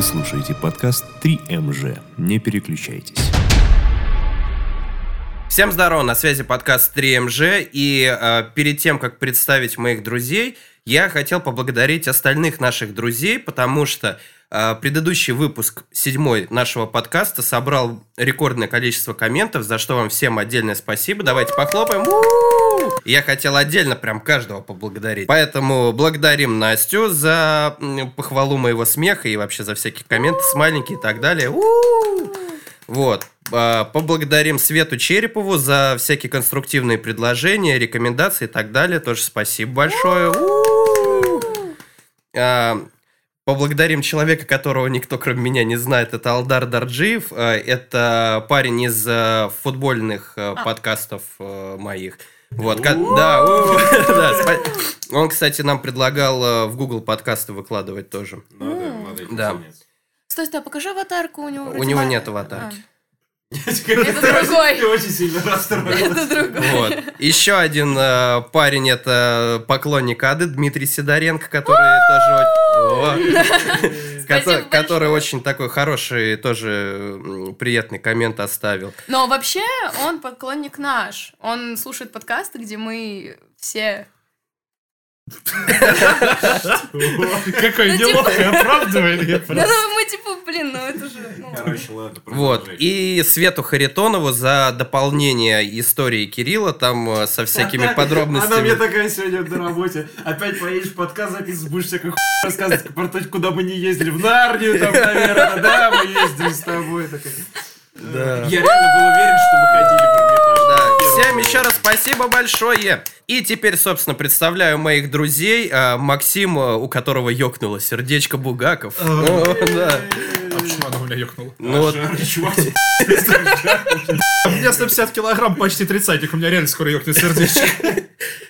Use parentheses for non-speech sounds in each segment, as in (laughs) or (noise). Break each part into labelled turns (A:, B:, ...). A: слушаете подкаст 3МЖ. Не переключайтесь.
B: Всем здорово, на связи подкаст 3МЖ, и э, перед тем, как представить моих друзей, я хотел поблагодарить остальных наших друзей, потому что э, предыдущий выпуск, седьмой нашего подкаста, собрал рекордное количество комментов, за что вам всем отдельное спасибо. Давайте похлопаем. У-у-у! Я хотел отдельно прям каждого поблагодарить. Поэтому благодарим Настю за м, похвалу моего смеха и вообще за всякие комменты, смайлики и так далее. У-у-у! Вот. А, Поблагодарим Свету Черепову за всякие конструктивные предложения, рекомендации и так далее. Тоже спасибо большое. У-у-у. А, Поблагодарим человека, которого никто, кроме меня, не знает. Это Алдар Дарджиев. А, Это парень из а, футбольных а, подкастов а, моих. Вот, ка- да, у-у. (laughs) Да, спа- он, кстати, нам предлагал а, в Google подкасты выкладывать тоже.
C: Надо, надо их
B: Да.
C: поменять.
D: Стой, стой, а покажи аватарку у него.
B: У
D: вроде а,
B: него
D: ма-
B: нет аватарки.
C: Это
D: другой.
C: Я очень сильно
D: А,
C: расстроен.
D: Это другой.
B: Вот. Еще один э, парень это поклонник Ады Дмитрий Сидоренко, который тоже о- который-
D: большое.
B: который очень такой хороший, тоже м, приятный коммент оставил.
D: Но вообще он поклонник наш. Он слушает подкасты, где мы все...
E: Какое
D: Ну, типа-
E: неловкое оправдывание.
D: (laughs) Да, ну мы типа, блин, ну это же... ну ладно.
C: Короче, ладно,
B: Вот.
C: продолжай.
B: И Свету Харитонову за дополнение истории Кирилла там э, со
C: (laughs) (laughs)
B: всякими
C: Она мне
B: подробностями.
C: такая сегодня на работе. Опять поедешь в подкаст записывать, будешь всякую хуйню рассказывать про то, куда мы не ездили. В Нарнию там, наверное, да, мы ездили с тобой. Такая.
B: Да.
C: Я реально был уверен, что мы
B: Да.
C: ходили в Эрмитаж.
B: Всем еще раз спасибо большое. И теперь, собственно, представляю моих друзей. Э, Максим, э, у которого ёкнуло сердечко Бугаков. (laughs) О, да.
E: А почему она у меня ёкнула?
B: Ну вот,
C: Жара, чувак.
E: У меня 150 килограмм, почти тридцатник, у меня реально скоро ёкнет сердечко.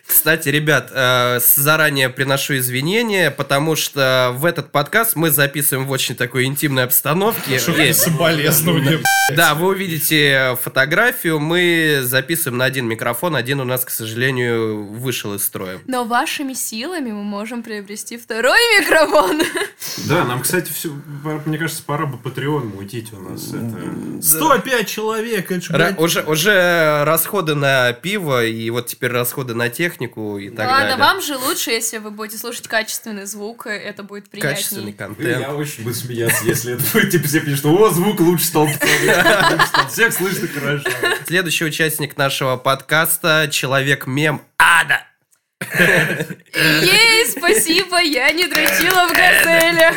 B: кстати, ребят, э, с- заранее приношу извинения, потому что в этот подкаст мы записываем в очень такой интимной обстановке.
E: Шутки
B: И-
E: соболезнования.
B: Да, вы увидите э, фотографию, мы записываем на один микрофон, один у нас, к сожалению, вышел из строя.
D: Но вашими силами мы можем приобрести второй микрофон.
C: Да, нам, кстати, все, мне кажется, пора бы Патреон мутить у нас. Это...
E: 105 человек, это ж,
B: Ра-
E: блядь,
B: уже, уже расходы на пиво, и вот теперь расходы на технику и (laughs) так
D: Ладно,
B: далее.
D: вам же лучше, если вы будете слушать качественный звук, э, это будет приятнее.
B: Качественный контент.
C: Я очень буду смеяться, если это (laughs) будет, типа, все пишут, о, звук лучше стал, пацаны, лучше стал. (laughs) всех слышно хорошо.
B: Следующий участник нашего подкаста — человек-мем Ада.
D: Ей, спасибо, я не
B: (laughs)
D: дрочила в газелях.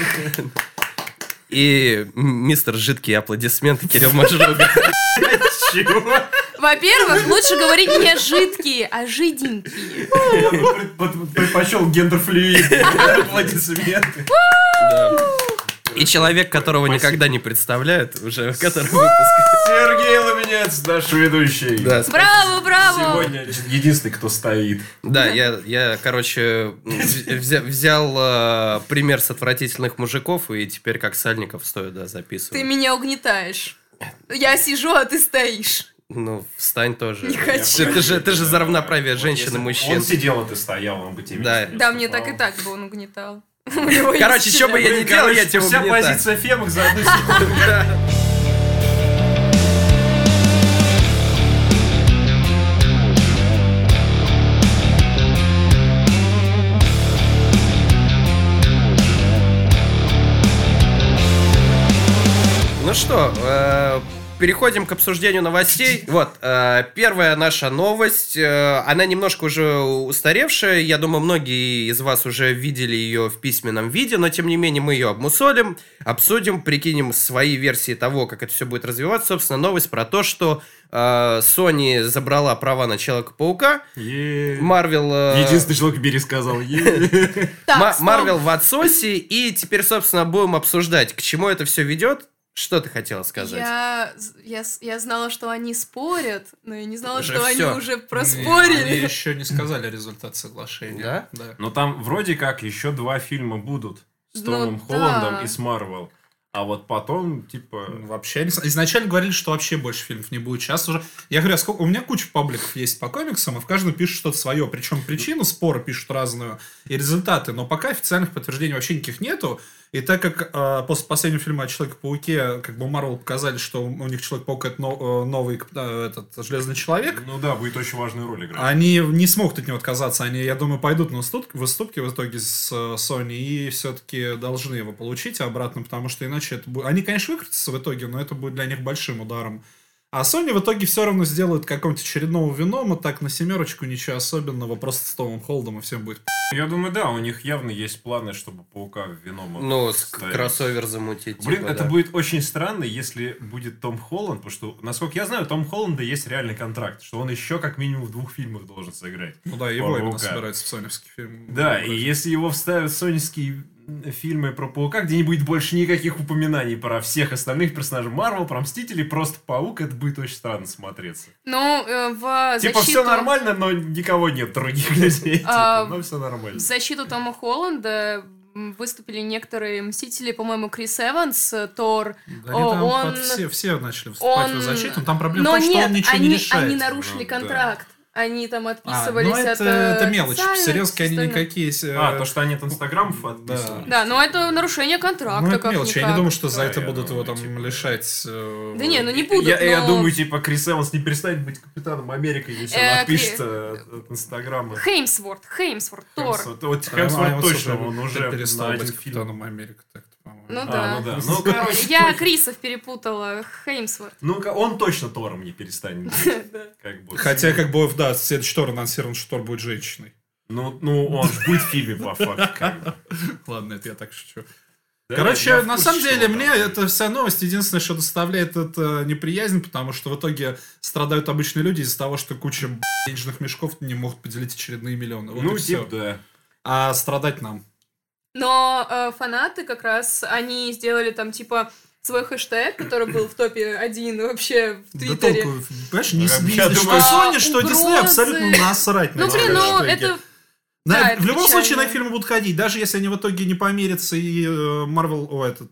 B: И м- мистер жидкие аплодисменты Кирилл Мажруга.
C: Чего?
D: Во-первых, лучше говорить не жидкие, а жиденькие.
C: Я бы пред- под- предпочел гендерфлюид. (laughs) Аплодисменты.
B: И человек, которого никогда не представляют уже в котором выпуске.
C: Сергей Ломенец, наш ведущий.
B: Да, сп-
D: Браво, браво!
C: Сегодня единственный, кто стоит.
B: да, я, я, короче, вз- взя- взял э, пример с отвратительных мужиков, и теперь как сальников стою, да,
D: Ты
B: записываю.
D: меня угнетаешь. Я сижу, а ты стоишь.
B: Ну, встань тоже.
D: Не хочу.
B: Ты, ты же, ты же за равноправие
C: Вот
B: женщин и
C: если бы
B: мужчин.
C: Он сидел, а ты стоял, он бы тебе
B: Да.
C: вместе
D: Да, мне так и
C: выступал.
D: так бы он угнетал. У него есть
B: Короче, чё бы
D: тебя.
B: я не делал, я
C: Короче,
B: тебя
C: Вся
B: угнетаю.
C: позиция Фемок за одну
B: (laughs)
C: секунду.
B: Ну что, э, переходим к обсуждению
D: (laughs)
B: новостей. Вот, э, первая наша новость, э, она немножко уже устаревшая, я думаю, многие из вас уже видели ее в письменном виде, но тем не менее мы ее обмусолим, обсудим, прикинем свои версии того, как это все будет развиваться. Собственно, новость про то, что э, Sony забрала права на Человека-паука, Marvel... э,
C: Единственный человек в мире сказал
B: (laughs)
C: «Е-е-е».
D: Так,
B: Ма-
D: стоп.
B: Марвел в отсосе, и теперь, собственно, будем обсуждать, к чему это все ведет. Что ты хотела сказать?
D: Я, я, с- я знала, что они спорят, но я не знала,
B: Уже
D: что
B: всё.
D: они уже
E: Они
D: проспорили.
E: еще не сказали результат соглашения.
B: Да?
E: Да.
C: Но там вроде как еще два фильма будут с
D: Ну
C: Томом
D: да.
C: Холландом и с Марвел. А вот потом, типа...
E: Ну, Вообще, не с- изначально говорили, что вообще больше фильмов не будет. Сейчас уже... Я говорю, а сколько... у меня куча пабликов есть по комиксам, и в каждом пишут что-то свое. Причем причину спора пишут разную и результаты. Но пока официальных подтверждений вообще никаких нету. И так как э, после последнего фильма о Человеке-пауке, как бы Марвел показали, что у них Человек-паук это но- э, новый кап- э, этот, Железный Человек,
F: Ну да, будет очень важную роль играть.
B: А-
E: они не смогут от него отказаться. Они, я думаю, пойдут на уступ- в уступки в итоге с э, Sony и все-таки должны его получить обратно, потому что иначе это будет... Они, конечно, выкрутятся в итоге, но это будет для них большим ударом. А Sony в итоге все равно сделают какого-нибудь очередного Венома, так на семерочку ничего особенного, просто с Томом Холдом и всем будет
F: Я думаю, да, у них явно есть планы, чтобы паука в вином.
B: Ну, с- кроссовер замутить.
F: Блин,
B: типа,
F: это
B: да.
F: будет очень странно, если будет Том Холланд, потому что, насколько я знаю, у Том Холланда есть реальный контракт, что он еще как минимум в двух фильмах должен сыграть.
E: Ну да, его именно
F: Паука.
E: собирается в соневский фильм.
F: Да,
E: Ну,
F: и
E: вроде.
F: если его вставят в соневские фильмы про паука, где не будет больше никаких упоминаний про всех остальных персонажей Марвел, про Мстителей, просто паук, это будет очень странно смотреться.
D: Ну, э, в
F: Типа, все
D: защиту-
F: нормально, но никого нет других людей.
D: (laughs) А,
F: Типа, ну, все
D: В
F: нормально.
D: защиту Тома Холланда м, выступили некоторые мстители, по-моему, Крис Эванс, э, Тор.
E: Да
D: О,
E: они там
D: он-
E: под все, все начали вступать в
D: он-
E: защиту, но там проблема
D: Но
E: в том, что он
D: нет,
E: ничего
D: они,
E: не решает.
D: они нарушили
F: Ну, да.
D: контракт. Они там
E: А,
D: отписывались
E: ну это,
D: от...
E: это
D: э,
E: мелочь,
D: официальных
E: всерьезки они
D: историй.
E: никакие... э,
F: А, то, что они от инстаграмов отписывали.
D: Да, но это нарушение контракта,
E: ну это
D: как
E: мелочь, я не
D: никак.
E: думаю, что за
F: Да,
E: это
F: я
E: будут его
F: думаю,
E: там
F: типа, да.
E: лишать... э,
D: Да не, ну не будут,
F: я, я
D: но-
F: думаю, типа, Крис Эванс не перестанет быть капитаном Америки, если
D: Э,
F: он
D: Кри-
F: отпишется от- от Инстаграма.
D: Хеймсворт, Хеймсворт, Тор.
F: Хемсворт. Ну, Вот
E: а,
F: Хемсворт
E: а,
F: точно,
E: слушай,
F: он
E: да
F: уже
E: перестал
F: на
E: быть
F: один фильм.
E: капитаном Америка, так-то, по-моему.
D: Ну
F: А, ну
D: да.
F: да. Ну, короче,
D: Я
F: точно.
D: Крисов перепутала, Хеймсворт.
F: Ну-ка, Ну, он точно Тором не перестанет
D: (laughs)
F: быть.
D: Да.
F: Как бы.
E: Хотя, как бы, да, следующий Тор анонсирован, что Тор будет женщиной.
F: Ну, ну, он же будет в фильме, по факту. как
E: (laughs)
F: бы.
E: Ладно, это я так шучу.
F: Да, я
E: Короче,
F: в
E: на
F: курсе,
E: самом
F: что
E: деле,
F: он
E: мне
F: там будет.
E: эта вся новость единственное, что доставляет это неприязнь, потому что в итоге страдают обычные люди из-за того, что куча б***ь, денежных мешков не могут поделить очередные миллионы. Вот
F: Ну,
E: и все.
F: типа, да.
E: А страдать нам.
D: Но э, фанаты как раз, они сделали там типа свой хэштег, который был в топе один вообще в
E: Да
D: Твиттере.
E: толку, понимаешь, не
F: Я
E: сбить.
F: думаю-
E: Что Sony, что
D: Угрозы.
E: Disney абсолютно насрать на
D: Ну
E: эти
D: блин, ну
E: хэштеги.
D: это...
E: На-
D: да, это
E: в любом случае на
D: печально.
E: фильмы будут ходить, даже если они в итоге не помирятся и э, Марвел, о, этот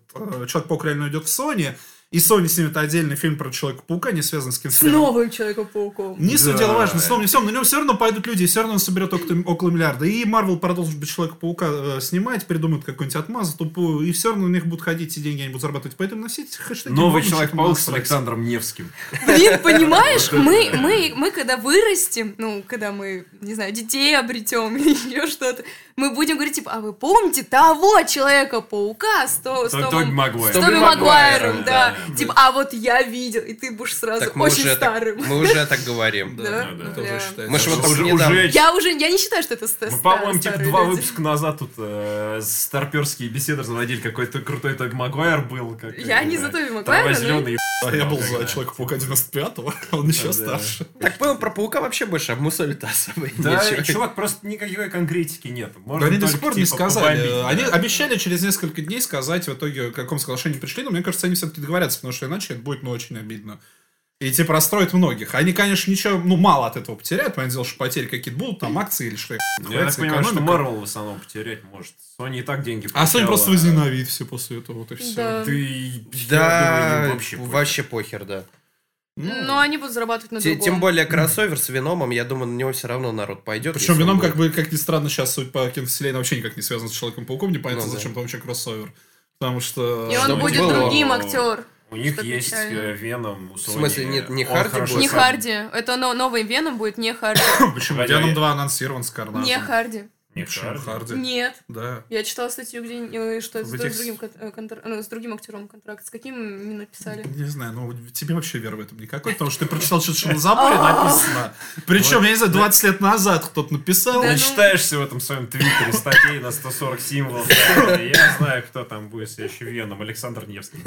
E: человек паук реально уйдет в Sony, и Sony снимет отдельный фильм про Человека-паука, не связанный с
D: С
E: кинофильмом.
D: новым Человеком-пауком.
E: Не суть
F: Да.
E: дело важно, словом не всем, на него все равно пойдут люди, и все равно он соберет около, около миллиарда. И Марвел продолжит быть Человека-паука э, снимать, придумают какую-нибудь отмазу тупую, и все равно на них будут ходить, и деньги они будут зарабатывать. Поэтому на все эти хэштеги...
F: Новый
E: можно
F: Человек-паук с
E: что-то насрать.
F: Александром Невским. (laughs)
D: Блин, понимаешь, мы, мы, мы когда вырастем, ну, когда мы, не знаю, детей обретем (laughs) или еще что-то, мы будем говорить, типа, а вы помните того Человека-паука с, то, с
F: Тоби
D: Томом-
F: Магуайр.
D: с Тоби
B: Тоби
D: Магуайром,
B: Магуайром,
D: да.
F: да.
D: Типа, а вот я видел, и ты будешь сразу
B: Так мы
D: очень
B: уже так-
D: старым.
B: мы уже так говорим.
D: (laughs) Да,
F: (laughs) да, да.
D: бля.
E: Это уже считается.
B: Мы ж вот
E: Это
F: Уже,
E: уже-
B: недавно-
F: уже
D: Я уже, я не считаю, что это ста-
F: Мы,
D: ста-
F: по-моему, типа
D: старые
F: два
D: люди.
F: выпуска назад тут э, старперские беседы разводили. Какой-то крутой Тоби Магуайр был. Как, э,
D: Я не за Тоби Магуайра, но-
F: зеленый
E: А я был за Человека-паука 95-го, он еще
F: Да.
E: старше.
B: Так понял, про паука вообще больше обмусолит особо
F: Да,
B: нечего. (laughs)
F: чувак, просто никакой конкретики нет.
E: Да
F: Можно
E: они до
F: только,
E: сих пор не
F: типа,
E: сказали.
F: побомбить,
E: они
F: да.
E: обещали через несколько дней сказать в итоге, к какому соглашению пришли, но мне кажется, они все-таки договорятся, потому что иначе это будет ну, очень обидно. И типа расстроит многих. Они, конечно, ничего, ну, мало от этого потеряют, понятное дело, что потери какие-то будут, там акции или что
F: Я так понимаю, ну, что
E: экономика.
F: Марвел в основном потерять может. Sony и так деньги
E: А
F: потеряла.
E: Sony просто возненавидит все после этого, вот и все.
D: Да.
F: Ты... я думаю,
B: Да,
F: им
B: вообще,
F: похер.
B: похер, да.
F: ну.
D: Но они будут зарабатывать на
B: Те-
D: другом.
B: Тем более кроссовер с Веномом, я думаю, на него все равно народ пойдет. если
E: Причем
B: он
E: Веном, как
B: будет.
E: бы, как ни странно, сейчас, судя по киновселенной, вообще никак не связан с Человеком-пауком, непонятно,
B: Ну да.
E: зачем там вообще кроссовер. Потому что...
D: И он
B: Чтобы
D: будет
B: было.
D: другим актер.
F: У них
D: Что
F: есть
D: печально.
F: э, Веном, у Sony.
B: смысле, нет, не
F: Он
B: Харди
F: хорошо
B: будет?
D: Не
F: сам-
D: Харди. Это но- новый Веном будет не Харди.
E: Почему?
F: Погоди,
E: Веном
F: я-
E: 2 анонсирован с Карнатом.
D: Не Харди.
F: Не
E: Почему?
F: Харди.
E: Харди.
D: Нет.
E: Да.
D: Я читала статью, где э, что это
F: В
D: с
F: этих-
D: другим, кон- э, контр- ну, с другим актером контракт. С каким не написали?
E: Не знаю, ну тебе вообще веры в этом никакой, потому что ты прочитал что-то, что на заборе написано. Причем, я не знаю, 20 лет назад кто-то написал.
D: Да. ну-
F: Начитаешься в этом своем твиттере статей на 140 символов. Я знаю, кто там будет следующий Веном. Александр Невский.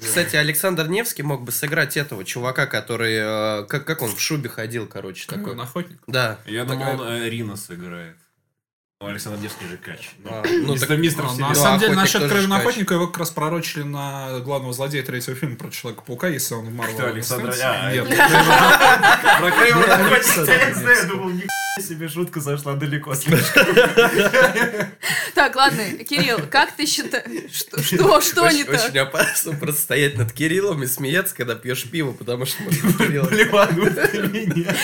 B: Кстати, Александр Невский мог бы сыграть этого чувака, который... э, Как, как он в шубе ходил, короче,
E: Какой
B: такой.
E: он охотник?
B: Да.
F: Я
B: Такая-
F: думал,
E: э,
F: он Рина сыграет. Ну, Александр Невский же кач. Ну,
B: А, ну
F: Мистер-
B: так-
F: мистер
E: А,
F: Вселенная.
E: На
B: Ну,
E: самом деле,
B: охотник
E: насчет
B: тоже
E: Кровина
B: кач.
E: Охотника его как раз пророчили на главного злодея третьего фильма про Человека-паука, если он в Марвел.
F: Кто, Александр?
E: останется.
F: А,
E: Нет.
F: Про Крэйва
E: Я
F: такой,
E: Александр
F: я не знаю,
E: Невский.
F: думал, ни себе шутка зашла далеко слишком.
D: Так, ладно, Кирилл, как ты считаешь? Что, что, что не
B: очень,
D: так?
B: очень опасно (laughs) просто стоять над Кириллом и смеяться, когда пьешь пиво, потому что
F: (laughs)
B: можно Кирилла-
F: Плеванут на меня.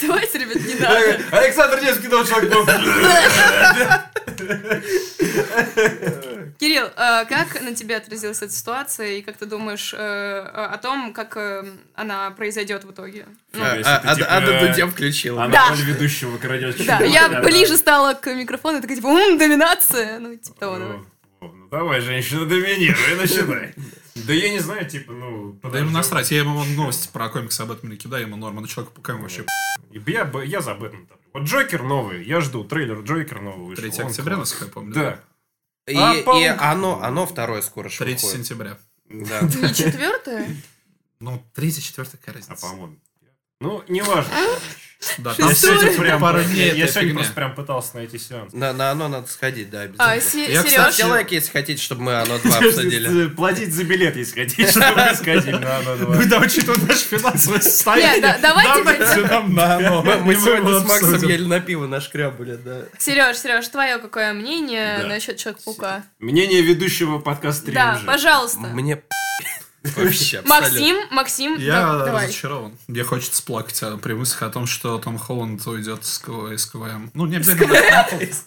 D: Давайте, ребят, не
B: А,
D: надо.
F: Александр Невский должен был.
D: Кирилл, э, как на тебе отразилась эта ситуация, и как ты думаешь э, о том, как э, она произойдет в итоге? Ну,
B: А,
F: если
B: а-
F: ты,
B: а-
F: типа,
B: а Дудя включила.
F: Она
D: Да.
F: роль ведущего крадет.
D: Да, я ближе стала к микрофону, такая, типа, «М, доминация, ну, типа того, давай.
F: Ну, ну, давай, женщина, доминируй, начинай. Да я не знаю, типа, ну...
E: Да
F: подожди.
E: ему насрать, я ему вон новости про комиксы об этом не кидаю, ему норма, на человека пукаем вообще.
F: И Я, бы- я за Бэтмен. топлю. Вот Джокер новый, я жду, трейлер Джокер новый вышел.
E: 3
F: он
E: октября,
F: классный.
E: насколько я помню.
F: Да.
B: И,
F: А,
B: и
F: паук.
B: оно, оно второе скоро что
E: 3
B: выходит.
E: сентября.
B: Да.
D: И четвертое?
E: Ну, 3 4 какая
F: А
E: разница.
F: по-моему... Ну, неважно. короче.
E: Да,
D: Шестое.
E: там
F: Я сегодня
E: всё
F: прям...
E: пару
F: я-
E: дней
F: Я
E: этой
F: сегодня
E: фигня.
F: просто прям пытался найти сеанс.
B: На, на оно надо сходить, да,
D: А,
B: обязательно.
D: Се-
E: Я,
D: Серёж,
B: Ставьте лайк, если хотите, чтобы мы оно 2 обсудили.
F: Платить за билет, если хотите, чтобы мы сходили на оно два.
E: Ну да, учитывая наше финансовое
D: Не,
E: состояние.
D: типа, да- давайте, при-
E: всё
D: (laughs)
E: нам на оно.
B: Мы, мы
E: И
B: сегодня
E: его
B: с Максом
E: обсудим.
B: еле на пиво нашкрябали, да.
D: Сереж, Сереж, твое какое мнение
F: Да.
D: насчет Человека-паука?
F: Мнение ведущего подкаста
D: Да,
F: 3
D: пожалуйста.
B: Мне (laughs) вообще абсолютно.
D: Максим, Максим, да,
E: Я
D: давай.
E: разочарован. Мне хочется плакать а, при мысли о том, что Том Холланд уйдет с К- из КВМ. Ну,
D: (laughs)
E: не обязательно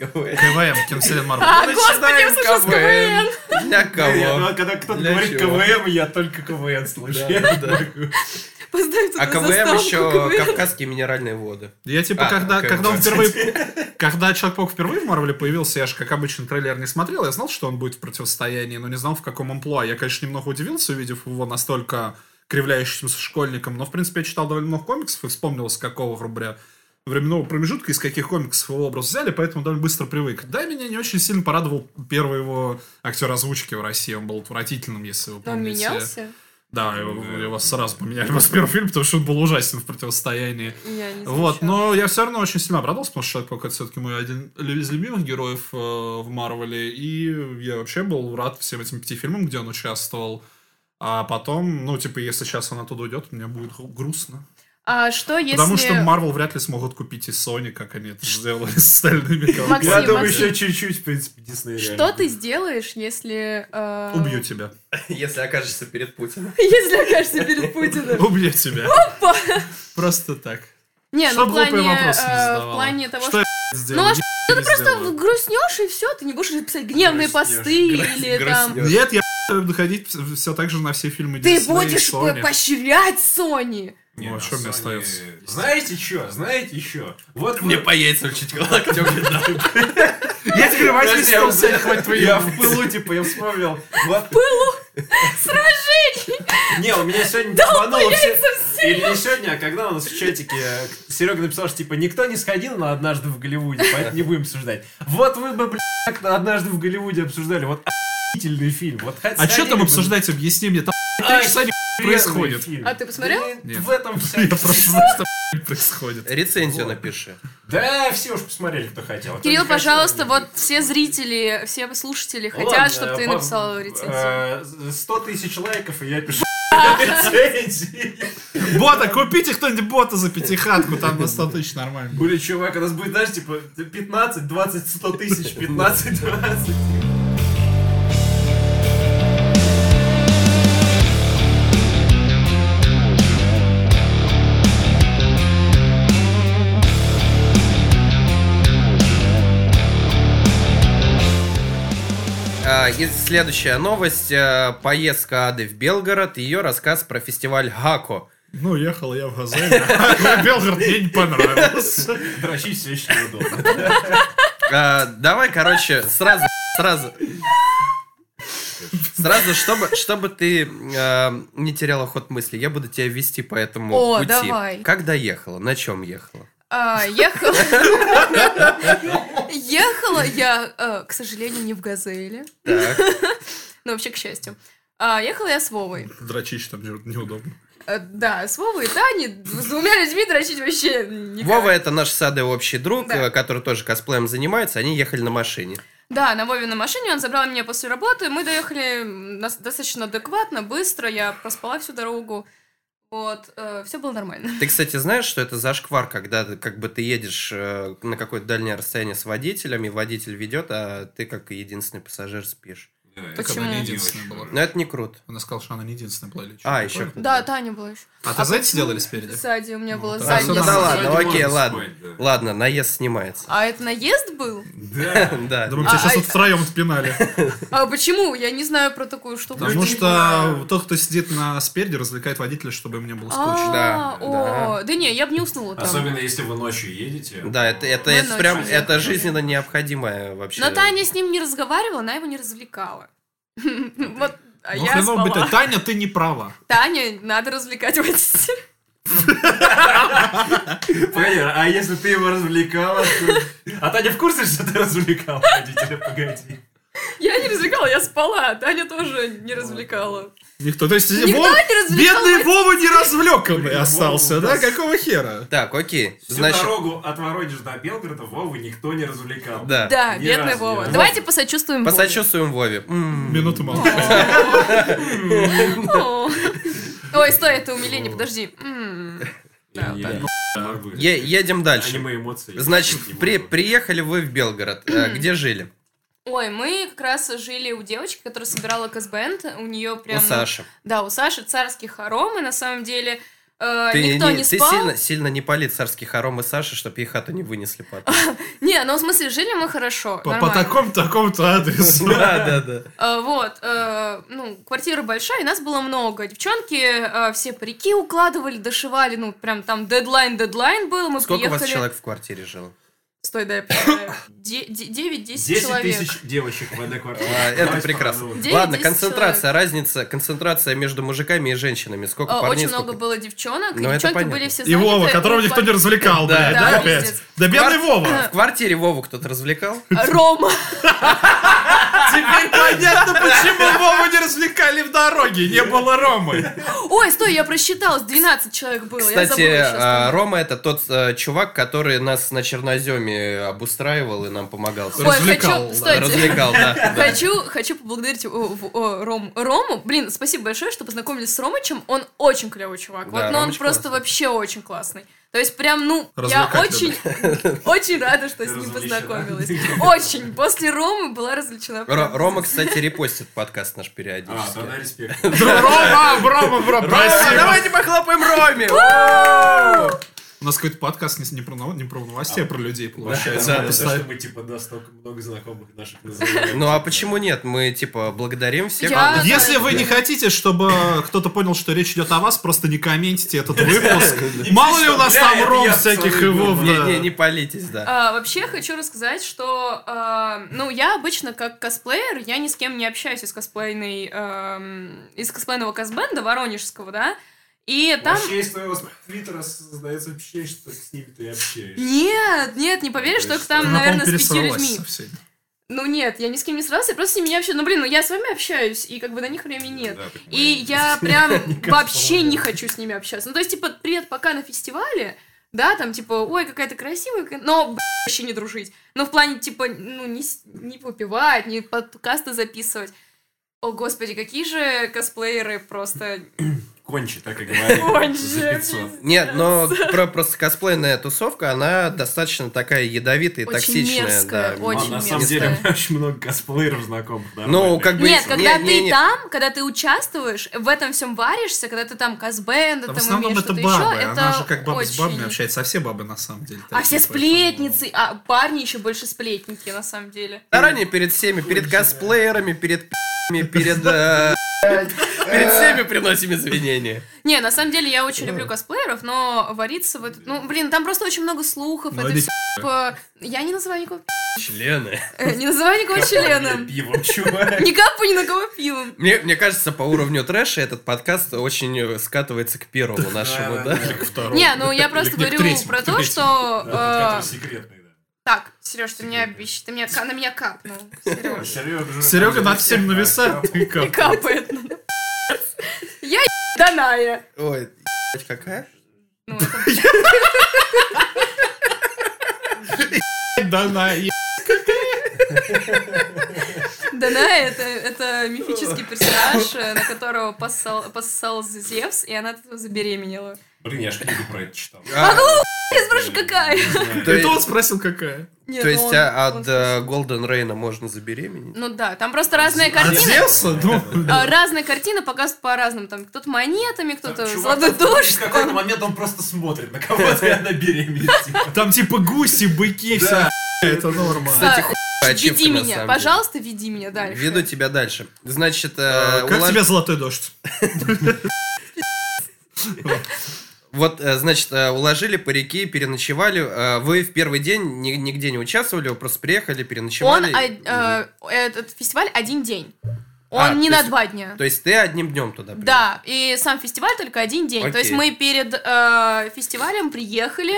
E: КВМ, Кинселен Марвел.
D: А, господи, я
B: Начинаем
D: слышала с КВН.
B: КВН. Для кого?
F: Когда кто-то
B: Для
F: говорит
B: чего?
F: КВМ, я только КВН слышу.
D: Поставь
B: А
D: туда
B: КВМ
D: заставку
B: еще
D: КВН.
B: кавказские минеральные воды.
E: Я типа,
B: А,
E: когда,
B: как
E: когда он
B: бы.
E: впервые... Когда Человек-паук впервые в Марвеле появился, я же, как обычно, трейлер не смотрел. Я знал, что он будет в противостоянии, но не знал, в каком амплуа. Я, конечно, немного удивился, увидев его настолько кривляющимся школьником. Но, в принципе, я читал довольно много комиксов и вспомнил, с какого, грубо говоря, временного промежутка, из каких комиксов его образ взяли, поэтому довольно быстро привык. Да, меня не очень сильно порадовал первый его актер озвучки в России. Он был отвратительным, если вы
D: Он
E: помните.
D: менялся?
E: Да, его, его сразу поменяли в первый фильм, потому что он был ужасен в противостоянии.
D: Я не
E: Вот, ну,
D: замечала.
E: но я все равно очень сильно обрадовался, потому что Человек-паук это все-таки мой один из любимых героев э, в Марвеле, и я вообще был рад всем этим пяти фильмам, где он участвовал. А потом, ну, типа, если сейчас он оттуда уйдет, мне будет гру- грустно.
D: А что если...
E: Потому что Марвел вряд ли смогут купить и Sony, как они это сделали
D: (laughs)
E: с остальными
D: Максим,
E: компаниями.
F: Я думаю,
D: Максим.
F: еще чуть-чуть, в принципе, Дисней
D: Что
F: реально
D: ты сделаешь, если... э,
E: Убью тебя.
B: Если окажешься перед Путиным.
D: (laughs) Если окажешься перед Путиным.
E: Убью тебя. Просто так.
D: Не, ну
E: Чтоб
D: в
E: глупые
D: плане,
E: вопросы не
D: э, в
E: задавала.
D: плане того,
E: Что
D: что...
E: я (laughs) сделал?
D: Ну, а
E: Я не
D: Ты просто
E: сделаю.
D: грустнешь и все, ты не будешь писать гневные
F: Грустнешь,
D: посты
B: грусть-
D: или там...
B: грустнешь.
E: Нет, я (laughs) доходить все так же на все фильмы
D: Ты
E: Disney и
D: будешь
E: Sony.
D: поощрять Сони!
E: Ну,
F: Не,
E: а
F: на
E: что мне
F: Sony-
E: остается?
F: Знаете что? Знаете что? Вот
B: Мне
E: (laughs)
F: вы-
B: по яйцам чуть галактик
F: Я открывать
B: Подожди, я
F: листал, хоть Я в пылу, типа, я вспомнил. В пылу?
D: (laughs)
F: Сражений! Не, у меня сегодня типа, ну, долбануло все... Или не сегодня, а когда у нас в чатике э, Серега написал, что, типа, никто не сходил на «Однажды в Голливуде», поэтому не будем обсуждать. Вот вы бы, блядь, как на «Однажды в Голливуде» обсуждали. Вот охуительный фильм. Вот хоть
E: А что
F: сходили
E: там
F: бы.
E: обсуждать? Объясни мне, там
F: Ай,
E: три часа не
F: Хренный
E: происходит.
F: фильм.
D: А ты посмотрел?
F: Да
E: Нет.
F: В этом вся...
E: Я просто знаю, что
B: (laughs)
E: происходит.
B: Рецензию напиши.
F: Да, все уж посмотрели, кто хотел. А кто
D: Кирилл,
F: не хотел,
D: пожалуйста,
F: не
D: вот все зрители, все слушатели
F: Ладно,
D: хотят, чтобы ты
F: пап,
D: написал рецензию.
F: э, 100 тысяч лайков, и
D: (laughs)
F: я пишу (laughs) рецензии.
E: Бота, купите кто-нибудь бота за пятихатку, там на 100 тысяч нормально.
F: Блин, чувак, у нас будет, знаешь, типа 15, 20, 100 тысяч, 15, 20.
B: А, И следующая новость. э, Поездка Ады в Белгород. Ее рассказ про фестиваль Гако.
E: Ну, ехал я в Газель, а (laughs) Белгород мне не понравился.
F: Дрочить все еще удобно. (laughs)
B: А, Давай, короче, сразу, сразу. Сразу, чтобы, чтобы ты э, не теряла ход мысли, я буду тебя вести по этому
D: О,
B: пути.
D: давай.
B: Как доехала? На чем
D: (laughs)
B: ехала?
D: А, Ехала... (laughs) Ехала я, э, к сожалению, не в «Газели».
B: Так.
D: Ну, вообще, к счастью. А, Ехала я с Вовой.
E: Дрочить там же неудобно.
D: Э, Да, с Вовой и Таней. С двумя людьми дрочить вообще никак.
B: Вова это наш сады общий друг,
D: Да.
B: э, который тоже косплеем занимается. Они ехали на машине.
D: Да, на Вове на машине, он забрал меня после работы, мы доехали нас- достаточно адекватно, быстро, я проспала всю дорогу, вот, все было нормально.
B: Ты, кстати, знаешь, что это зашквар, когда ты, как бы ты едешь э, на какое-то дальнее расстояние с водителем, и водитель ведет, а ты как единственный пассажир спишь.
E: Да,
D: Почему?
E: она не единственная была.
B: Но это не круто.
E: Она сказала, что она не единственная была лечить.
B: А, еще.
D: Да, Таня была еще.
E: А ты сзади сделали спереди?
D: Сзади у меня была
E: да.
D: сзади.
E: А,
B: Да
E: Да,
B: ладно,
C: можно
B: окей,
C: спать,
B: ладно.
C: да.
B: Ладно, наезд снимается.
D: А это наезд был?
C: Да.
B: (laughs) Да.
E: Думаю, тебя
D: А,
E: сейчас
D: а-
E: вот втроем отпинали. (laughs)
D: А почему? Я не знаю про такую штуку.
E: Потому
C: Люди
E: что
C: понимают.
E: тот, кто сидит на спереди, развлекает водителя, чтобы им не было скучно.
D: А,
B: да,
D: о, да не, я бы не уснула там.
C: Особенно если вы ночью едете.
B: Да, это, это,
D: Мы
B: это прям,
D: ночью
B: это
D: ехали.
B: жизненно необходимое вообще.
D: Но Ну, Таня с ним не разговаривала, она его не развлекала. (laughs) Вот, а
E: Ну,
D: я
E: хреново бы ты.
D: спала.
E: Таня, ты не права.
D: Таня, надо развлекать (laughs) водителя.
F: Погоди, а если ты его развлекала, то- А Таня в курсе, что ты развлекала водителя? Погоди.
D: Я не развлекала, я спала. а Таня тоже не развлекала.
E: Никто. То есть,
D: Никто
E: Вова-
D: не развлекал
E: бедный Вова не развлек он и
F: Вова,
E: остался, да?
F: да.
E: Какого хера?
B: Так, окей.
F: Всю
B: Значит,
F: дорогу от Воронежа до Белгорода Вову никто не развлекал.
B: да.
D: Да,
F: Ни
D: бедный
F: разу, ни
D: Вова.
F: разу.
D: Давайте посочувствуем Вове.
B: Посочувствуем Вове. М-м-м. М.
E: Минуту мало.
D: О. (laughs) Ой, стой, это умиление, подожди. М.
F: Я- я не мог бы.
B: Е- едем дальше.
F: Аниме эмоции. Не
B: Значит, при-
F: могу.
B: приехали вы в Белгород. Э, Где жили?
D: Ой, мы как раз жили у девочки, которая собирала кэсбэнд. У нее
B: У
D: прям...
B: Саши.
D: Да, у Саши царские хоромы, на самом деле. Э,
B: Ты,
D: никто не,
B: ты
D: спал.
B: сильно, сильно не пали царские хоромы Саши, чтобы ей хату не вынесли потом.
D: Не, ну в смысле, жили мы хорошо.
E: По, по
D: нормально.
E: такому такому-то адресу.
B: Да, да, да.
D: Э, Вот, э, ну, квартира большая, и нас было много. Девчонки э, все парики укладывали, дошивали, ну, прям там дедлайн, дедлайн был. Мы
B: Сколько у
D: приехали...
B: вас человек в квартире жило?
D: Стой, дай я посчитаю. Де- де- 9-10
F: 10
D: человек.
F: тысяч девочек в одной квартире.
B: А, Это
F: Давай
B: прекрасно.
F: справедливо.
D: Девять,
B: Ладно,
D: десять
B: концентрация, разница, концентрация между мужиками и женщинами. Сколько
D: Э,
B: парней,
D: Очень много
B: сколько-
D: было девчонок, и
B: Ну, это
D: девчонки
B: понятно.
D: были все
E: И
D: заняты. Ну,
E: Вова, которого
D: у (laughs)
E: никто не развлекал,
B: Да,
E: блядь,
D: да,
E: да, опять?
D: пиздец.
E: Да бедный Вова!
B: В (laughs) квартире Вову кто-то развлекал?
D: пар- Рома.
E: Теперь понятно, почему Вову не развлекали в дороге, не было Ромы.
D: Ой, стой, я просчиталась, 12 человек было. я
B: Кстати,
D: забыла сейчас.
B: э, Рома это тот э, чувак, который нас на Черноземе обустраивал и нам помогал.
D: Ой, хочу...
E: развлекал, да.
D: Стойте.
B: а,
D: (laughs)
B: Развлекал, да. да.
D: Хочу, хочу поблагодарить о, в- о, Ром- Рому. Блин, спасибо большое, что познакомились с Ромычем. Он очень клевый чувак.
B: Да,
D: вот, но он
B: Ромыч
D: просто
B: классный.
D: вообще очень классный. То есть прям, ну, я
E: Развлекать
D: очень, очень (laughs) рада, что с ним
F: Развлечена.
D: познакомилась. Очень. После Ромы была развлечена.
B: Ро-
D: прям
B: Рома,
D: пиздец.
B: кстати, репостит подкаст наш
F: А,
B: периодически.
F: тогда респект.
E: Рома, Рома, Рома,
B: Рома,
E: спасибо.
B: давайте похлопаем Роме!
E: У нас какой-то подкаст не, не про, нов- не про новости, а про людей получается.
B: Да,
E: Мы
F: Нормально,
E: постоянно-
F: то, что мы, типа, настолько много знакомых наших называем.
B: Ну а почему нет? Мы типа благодарим всех.
D: Я-
E: Если вы не хотите, чтобы кто-то понял, что речь идет о вас, просто не комментите этот (laughs) выпуск. Мало ли у нас там
F: Бля,
E: ром
F: я
E: всяких
F: абсолютно
E: его.
B: Не, не, не палитесь, да.
D: А, вообще хочу рассказать, что а, ну я обычно как косплеер, я ни с кем не общаюсь из косплейной эм, из косплейного косбенда воронежского, да. И там
F: Вообще из твоего твиттера создается ощущение, что с ними ты общаешься.
D: Нет, нет, не поверишь, только там, наверное, с пяти людьми. Ну нет, я ни с кем не сралась, я просто с ними не общаюсь. Ну блин, ну я с вами общаюсь, и как бы на них времени нет.
F: Да, так мы-
D: И
E: (laughs)
D: я прям вообще
F: вспомнил.
D: не хочу с ними общаться. Ну то есть, типа, привет, пока на фестивале, да, там, типа, ой, какая ты красивая, какая-» но б***, вообще не дружить. Но в плане, типа, ну не, с- не выпивать, не подкасты записывать. О, господи, какие же косплееры просто...
F: Кончи, так и говори.
D: Кончи,
F: За 500.
B: Нет, но (laughs) про, просто косплейная тусовка, она достаточно такая ядовитая и
D: Очень
B: токсичная. да.
D: мерзкая,
F: А
D: очень
F: На самом
D: мерзкая.
F: деле, (laughs) у меня очень много косплееров знакомых.
B: Ну, как бы...
D: Нет, когда
B: не-
D: ты
B: не- не.
D: там, когда ты участвуешь, в этом всем варишься, когда ты там косбенд, там
E: В основном
D: умеешь
E: это
D: что-то
E: бабы.
D: еще,
E: Она
D: это
E: же как баба с бабами
D: очень.
E: общается, а все бабы на самом деле.
D: А
E: такие,
D: все
E: поэтому-
D: сплетницы, а парни еще больше сплетники, на самом деле.
B: Заранее перед всеми, перед косплеерами, перед (laughs) пи***ми, перед... э, Перед всеми приносим извинения.
D: Не, на самом деле я очень люблю косплееров, но вариться в этот... Ну, блин, там просто очень много слухов,
E: Ну,
D: это
E: они
D: все... типа, Я не называю никого...
B: Члены.
D: э, Не называю никого членом.
F: Пивом, чувак.
D: Ни капу, ни на кого пивом.
B: Мне, мне кажется, по уровню трэша этот подкаст очень э, скатывается к первому нашему, да?
E: Второй.
D: Не, ну я просто
E: Или к
D: говорю
E: третьему,
D: про
E: к
D: то,
E: третьему.
D: что...
F: Да,
D: э,
F: тут который секретный, да.
D: Так, Сереж, ты меня обещаешь, ты меня ка- на меня ну, капнул, Сереж.
F: Серега уже-
E: Серега над всем
F: Да,
E: нависает. ты
D: И
E: как?
D: капает. на нас. Я Даная.
B: Ой, ебать, какая?
D: Ну, это-
E: Да, на, е-
D: Даная это, это мифический персонаж, э, на которого поссал, поссал Зевс, и она от этого забеременела.
F: Блин, я же книгу про это (laughs) читал.
B: А,
D: ну, Я спрашиваю, какая?
B: то
G: Это
B: есть-
G: он спросил, какая.
D: Нет,
B: То
D: ну
B: есть
D: он-
B: а,
D: он
B: от
D: спросил.
B: э, Golden Рейна можно забеременеть?
D: Ну да, там просто разные
G: От
D: картины.
G: Зевса? Ну,
D: А, Разные картины показывают по-разному. Там кто-то монетами, кто-то
F: Чувак,
D: золотой
F: в какой-
D: душ.
F: В какой-то момент он просто смотрит на (laughs) кого-то, и она беременна. типа.
G: Там типа гуси, быки, вся хуйня, это нормально.
D: Да,
B: Ачивка,
D: Веди
B: на
D: меня,
B: самом
D: пожалуйста, веди
B: деле.
D: меня дальше.
B: Веду тебя дальше. Значит, э,
G: Как
B: улад-
G: тебе золотой дождь?
B: вот, э, значит, э, уложили по реке, переночевали. Э, Вы в первый день ни- нигде не участвовали, вы просто приехали,
D: Он,
B: переночевали.
D: а, э, этот фестиваль один день. Он
B: А,
D: не
B: то
D: на
B: есть-
D: два дня.
B: То есть ты одним днем туда приехал?
D: Да, и сам фестиваль только один день. То есть
B: Окей.
D: мы перед э, фестивалем приехали,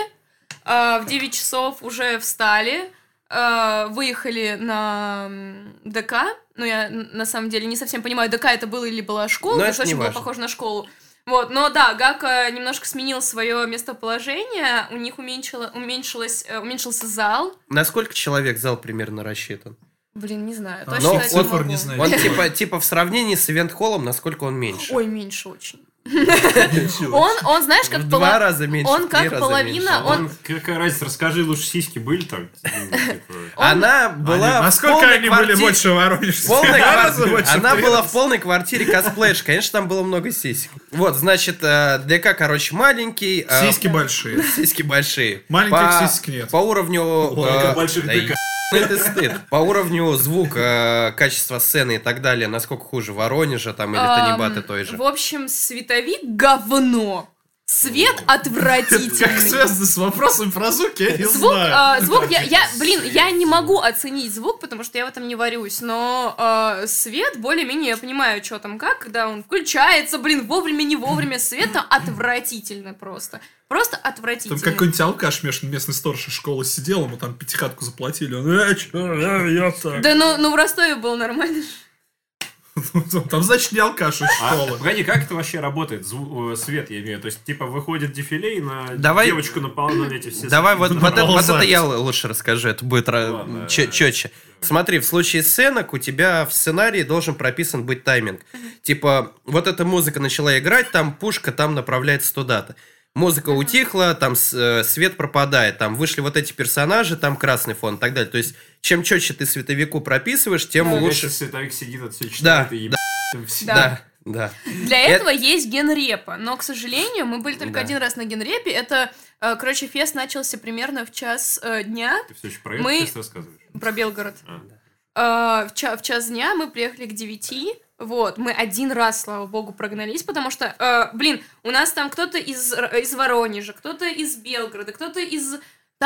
D: э, в 9 часов уже встали, э, выехали на м, ДК. Ну, я н- на самом деле не совсем понимаю, ДК это было или была школа,
B: Но это
D: потому что
B: не
D: очень было
B: важно.
D: похоже на школу. Вот, но да, Гака немножко сменил свое местоположение, у них уменьшило, уменьшилось, э, уменьшился зал.
B: На сколько человек зал примерно рассчитан?
D: Блин, не знаю,
G: А,
D: точно
B: ну,
D: дать
B: вот
G: Фор
D: могу.
G: не знает.
B: Он типа, типа в сравнении с ивент-холлом, насколько он меньше?
D: Ой, меньше очень. Он, он, знаешь, как
B: в
D: пола-
B: два раза меньше.
D: он
B: в три
D: как
B: раза
D: половина,
B: меньше.
D: он-
F: Он, какая разница, расскажи, лучше сиськи были там? Ну, типа,
B: Она была. в
G: Насколько
B: полной
G: они были
B: квартире-
G: больше
B: в
G: воронежских?
B: полной
G: Два
B: квар-
G: раза больше
B: Она
G: в три
B: была в полной квартире косплеиш. Конечно, там было много сисек. Вот, значит, э, ДК, короче, маленький. э,
G: Сиськи большие.
B: Сиськи большие.
G: Маленьких
B: По-
G: сисек нет.
B: По уровню...
F: Ладно,
B: э,
F: больших
B: да
F: ДК.
B: е- это стыд. По уровню звука, э, качества сцены и так далее, насколько хуже Воронежа там или
D: Ам,
B: Танибаты той же.
D: В общем, световик говно. Свет отвратительный.
G: Как связано с вопросом про звук, я не
D: Звук,
G: знаю.
D: э, звук я, я, блин, я не могу оценить звук, потому что я в этом не варюсь, но э, свет более-менее я понимаю, что там как, когда он включается, блин, вовремя, не вовремя, свет там отвратительно просто, просто
G: Там
D: отвратительно.
G: какой-нибудь алкаш меж- местный сторож из школы сидел, ему там пятихатку заплатили. Он, э, чё, э, ёпта».
D: Да, ну, ну в Ростове было нормально.
G: (laughs) Там, значит, не алкаш из
F: А,
G: школы.
F: погоди, как это вообще работает? Зву- э, свет, я имею. То есть, типа, выходит дефиле и на
B: Давай-
F: девочку наполняют эти все...
B: Давай вот, вот, это, вот это
G: Ползать.
B: я лучше расскажу, это будет
F: Ладно.
B: четче. Смотри, в случае сценок у тебя в сценарии должен прописан быть тайминг. Типа, вот эта музыка начала играть, там пушка, там направляется туда-то. Музыка утихла, там с- э, свет пропадает, там вышли вот эти персонажи, там красный фон и так далее. То есть, чем четче ты световику прописываешь, тем
F: Нифига
B: лучше.
F: себе, Световик сидит, а это все
B: Да,
F: читает и еб- все.
D: да.
B: Да, да.
D: Для
B: Э-
D: этого есть генрепа, но, к сожалению, мы были только
B: Да.
D: один раз на генрепе. Это, э, короче, фест начался примерно в час э, дня
F: Ты все еще про это
D: Мы-
F: сейчас рассказываешь.
D: про Белгород.
F: А.
D: Э, в, ча- в час дня мы приехали к 9. Вот, мы один раз, слава богу, прогнались, потому что, э, блин, у нас там кто-то из, Р- из Воронежа, кто-то из Белгорода, кто-то из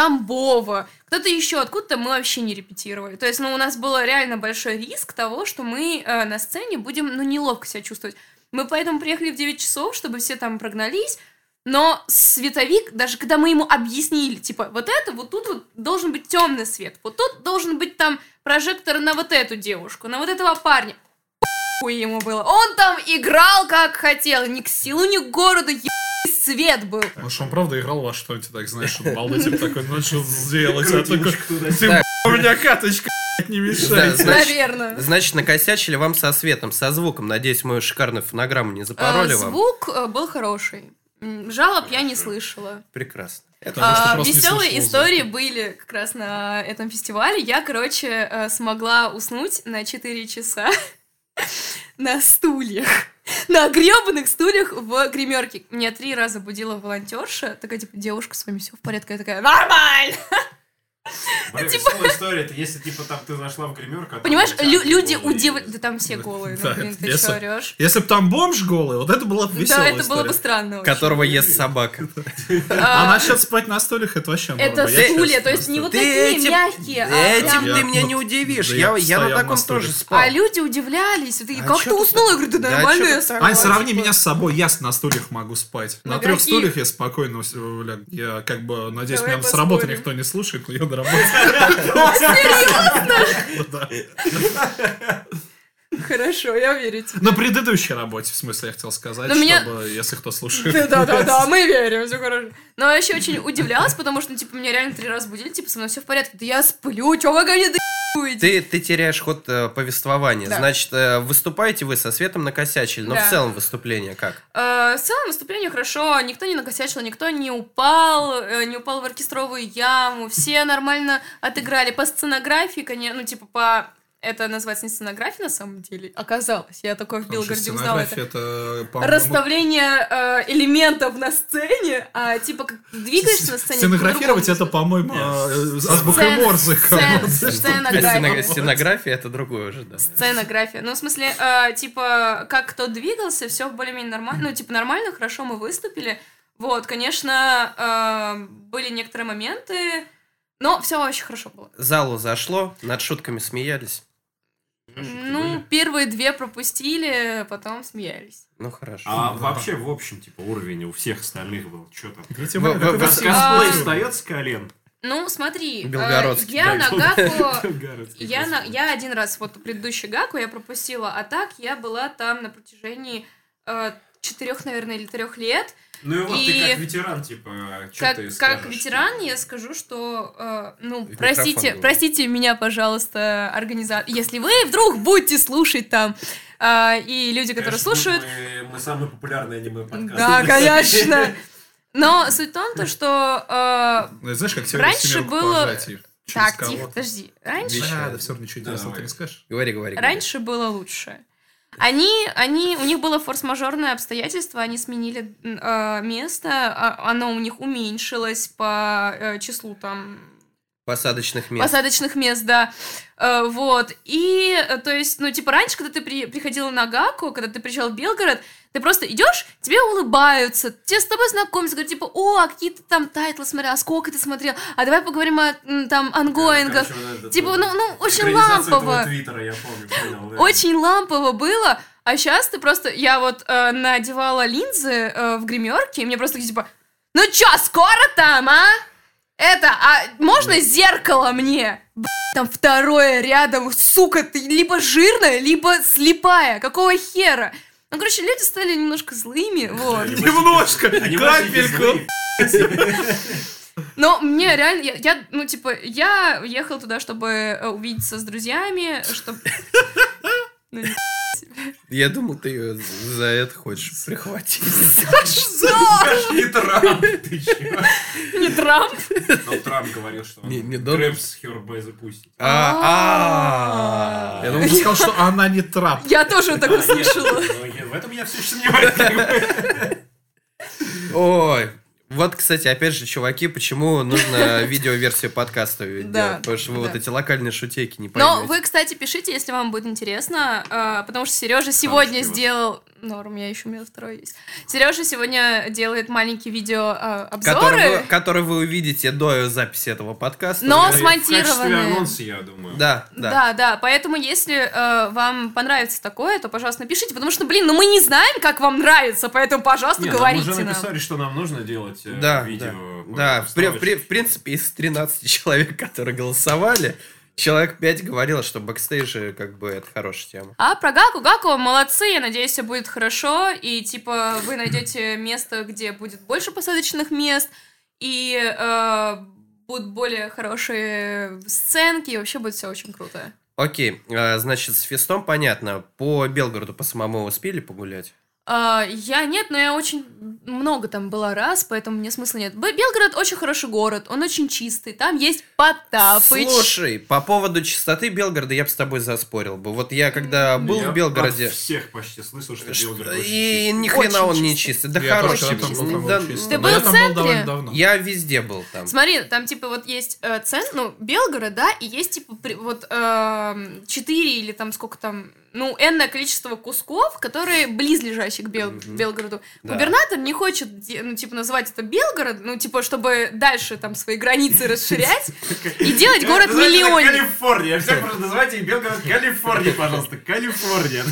D: Тамбова, кто-то еще откуда-то мы вообще не репетировали. То есть, ну, у нас был реально большой риск того, что мы э, на сцене будем, ну, неловко себя чувствовать. Мы поэтому приехали в 9 часов, чтобы все там прогнались, но световик, даже когда мы ему объяснили, типа, вот это, вот тут вот должен быть темный свет, вот тут должен быть там прожектор на вот эту девушку, на вот этого парня. Хуй ему было. Он там играл как хотел, ни к силу, ни к городу, ебаный свет был.
G: Потому что он правда играл во что-нибудь, так знаешь, он балдеть такой начал сделать. а такой, Ты,
B: Так.
G: у меня каточка, не мешай.
B: Да, значит,
D: Наверное.
B: Значит, накосячили вам со светом, со звуком. Надеюсь, мою шикарную фонограмму не запороли
D: Э,
B: вам.
D: Звук э, был хороший. М, Жалоб я не слышала.
B: Прекрасно. Это
G: Потому что просто не
D: А, Веселые
G: слышала
D: истории были как раз на этом фестивале. Я, короче, э, смогла уснуть на 4 часа (laughs) на стульях. На гребаных стульях в гримерке. Меня три раза будила волонтерша. Такая, типа, девушка, с вами все в порядке. Я такая, нормально!
F: Блин, веселая история, это если, типа, там ты зашла в гримерку... а там
D: Понимаешь,
F: у тебя
D: лю- люди
F: голые
D: удивляются.
F: есть.
D: Да там все голые.
G: Да,
D: Ну, блин,
G: это
D: ты
G: бесо.
D: что, орешь?
G: Если бы там бомж голый, вот это была бы
D: Да,
G: веселая
D: это было бы
G: история.
D: странно очень.
B: Которого ест собака.
G: А
D: А,
G: насчет спать на стульях, это вообще
D: Это
G: норма. Я
D: стулья,
G: сейчас
D: то есть не вот
B: Ты
D: такие
B: этим-
D: мягкие, а
B: Этим
D: прям
G: Я-
B: ты меня
G: ну,
B: не удивишь.
G: да
B: Я,
G: я
B: я на
G: стоял
B: таком
G: на
B: тоже
G: стуле.
B: спал.
D: А люди удивлялись. Такие,
B: А
D: как
B: чё
D: ты
B: ты
D: уснула? Я говорю, да
B: Да,
D: нормально
B: чё
D: я
B: ты так?
D: спала».
G: Ань, сравни
D: Типа,
G: меня с собой, я с- на стульях могу спать.
D: На
G: На, трех
D: каких?
G: стульях я спокойно, с- э, ля- я как бы, надеюсь,
D: Давай
G: меня с работы
D: поспорим.
G: никто не слушает, но (laughs)
D: (laughs)
G: я на работе. Да.
D: Хорошо, я верю тебе.
E: На предыдущей работе, в смысле, я хотел сказать,
D: Но
E: чтобы,
D: Ну, меня-
E: если кто
D: (laughs)
E: слушает.
D: Да-да-да, мы верим, все хорошо. Но я вообще очень удивлялась, потому что, ну, типа, меня реально три раза будили, типа, со мной все в порядке. Да я сплю, чё вы ко мне доебываете?
B: Ты, ты теряешь ход э, повествования.
D: Да.
B: Значит, э, выступаете вы со светом накосячили, но
D: Да.
B: в целом выступление как?
D: Э, В целом выступление хорошо, никто не накосячил, никто не упал, э, не упал в оркестровую яму, все нормально отыграли по сценографии, конечно, ну типа по... Это называется не сценография на самом деле, оказалось, я такое в
E: Потому что
D: Белгороде узнала это.
E: сценография это, по-моему,
D: Расставление э, элементов на сцене, а типа как двигаешься на сцене...
E: Сценографировать это,
D: по-другому
E: по-моему, э, с азбукой
D: Сцена-
E: Морзе.
D: сцена-
E: короче.
B: Стенография,
D: Сценография.
B: стенография это другое уже, да.
D: Сценография. Ну, в смысле, э, типа, как кто двигался, все более-менее нормально. Ну, типа, нормально, хорошо мы выступили. Вот, конечно, э, были некоторые моменты, но все очень хорошо было.
B: Залу зашло, над шутками смеялись.
D: Ну, первые две пропустили, потом смеялись.
B: Ну хорошо.
C: А вообще, в общем, типа, уровень у всех остальных был. Что там?
E: Я тебе говорю,
B: Вы- вы-
E: как
B: вы-
E: это-
C: Косплей
D: А.
C: встает с колен.
D: Ну, смотри, э,
B: Белгородский,
D: я
B: да. (laughs)
D: на Гаку...
C: Белгородский
D: Я, на,
C: косплей.
D: я один раз вот предыдущий Гаку я пропустила, а так я была там на протяжении э, четырех, наверное, или трех лет.
C: Ну и вот,
D: и-
C: ты как ветеран, типа, что
D: как,
C: ты
D: как
C: скажешь?
D: ветеран я скажу, что, э, ну,
B: В микрофон
D: простите,
B: говори.
D: простите меня, пожалуйста, организатор, если вы вдруг будете слушать там, э, и люди, которые
C: Конечно,
D: слушают,
C: Мы, мы самый популярный аниме-подкаст.
D: да,
C: (laughs)
D: конечно. Но суть в том, то, что... э,
E: Ну, знаешь, как теория
D: Раньше
E: семерок
D: было-
E: поражать и через
D: так, тихо,
E: кого-то.
D: подожди. Раньше,
E: Да, да, все равно ничего интересного
C: Давай.
E: ты не скажешь.
B: (laughs) Говори, говори. говори.
D: раньше было лучше. Они, они, у них было форс-мажорное обстоятельство, они сменили м, э, место, а- оно у них уменьшилось по э, числу там
B: Посадочных мест.
D: Посадочных мест, да. Э, вот. И, э, то есть, ну, типа, раньше, когда ты при- приходила на Гаку, когда ты приезжал в Белгород, ты просто идешь, тебе улыбаются, те с тобой знакомятся, говорят, типа, о, а какие ты там тайтлы смотрел, а сколько ты смотрел, а давай поговорим о, м, там, ангоингах. Типа, ну, ну, очень лампово.
C: твиттера, я помню, понял. да.
D: Очень лампово было, а сейчас ты просто... Я вот э, надевала линзы э, в гримерке, и мне просто такие, типа, ну чё, скоро там, а? Это, а можно зеркало мне? Б***ь, Там второе рядом, сука, ты либо жирная, либо слепая, какого хера? Ну, короче, люди стали немножко злыми, вот.
E: Немножко,
C: Аниматики
E: капельку.
C: злые.
D: Но мне реально, я, я, ну, типа, я ехала туда, чтобы э, увидеться с друзьями, чтобы... Ну, не
B: Я думал, ты ее за это хочешь прихватить.
C: И Трамп, ты чё?
D: (laughs) не Трамп.
C: Но Трамп говорил, что он
B: (laughs) Не- не должен.
C: Крэпс Хербэй запустит.
B: А, а.
E: Я думал, ты сказал, что она не трап.
D: Я тоже так услышала.
C: Ну, я- В этом я все (laughs) сомневаюсь. как бы.
B: Ой. Вот, кстати, опять же, чуваки, почему
D: (laughs)
B: нужно видеоверсию подкаста делать?
D: Да,
B: Потому что вы
D: да.
B: вот эти локальные шутейки не
D: Но
B: поймете.
D: вы, кстати, пишите, если вам будет интересно, э, потому что Сережа сегодня
C: пиво.
D: сделал... Норм, я еще у меня второй есть. Сережа сегодня делает маленькие видео э,
B: Который
D: обзоры,
B: вы, который вы увидите до записи этого подкаста.
C: Да
D: но
C: и В качестве
D: смонтированные.
C: анонса, я думаю.
B: Да, да.
D: Да, да, поэтому если э, вам понравится такое, то, пожалуйста, напишите, потому что, блин, ну мы не знаем, как вам нравится, поэтому, пожалуйста,
F: ну
C: Не, нам
D: говорите
C: уже
D: нам.
C: написали, что нам нужно делать э,
B: Да,
C: видео.
B: да. Да, в, при- в при- в принципе, из 13 (laughs) человек, которые голосовали, человек 5 говорило, что бэкстейджи, как бы, это хорошая тема.
D: А про Гаку, Гаку, молодцы, я надеюсь, все будет хорошо, и, типа, вы найдете место, где будет больше посадочных мест, и э, будут более хорошие сценки, и вообще будет все очень круто.
B: Окей, э, значит, с фестом понятно. По Белгороду по самому успели погулять?
D: А, я нет, но я очень много там была раз, поэтому мне смысла нет. Б- Белгород очень хороший город, он очень чистый, там есть Потапыч.
B: Слушай, по поводу чистоты Белгорода я бы с тобой заспорил бы. Вот я когда был
C: Я
B: в Белгороде...
C: от всех почти слышал, что
B: ш-
C: Белгород очень
B: И
C: чистый.
B: ни хрена он
D: Очень
B: не
D: чистый.
B: чистый. Да
E: Я тоже
B: хороший.
E: когда там был,
B: м,
E: по-моему,
B: да,
E: чистый.
D: Ты
E: Но
D: был
E: я
D: в
E: там был
D: центре?
E: довольно давно.
B: Я везде был там.
D: Смотри, там типа вот есть э, центр, ну, Белгород, да, и есть типа при- вот эм, четыре или там сколько там, ну, энное количество кусков, которые близлежащие к Бел-
B: Мгм.
D: Белгороду.
B: Да.
D: Губернатор не хочет, де- ну, типа, называть это Белгород, ну, типа, чтобы дальше там свои границы расширять и делать город
C: Называйте это
D: миллионник.
C: Калифорния. Все просто называйте Белгород Калифорния, (laughs) пожалуйста. Калифорния.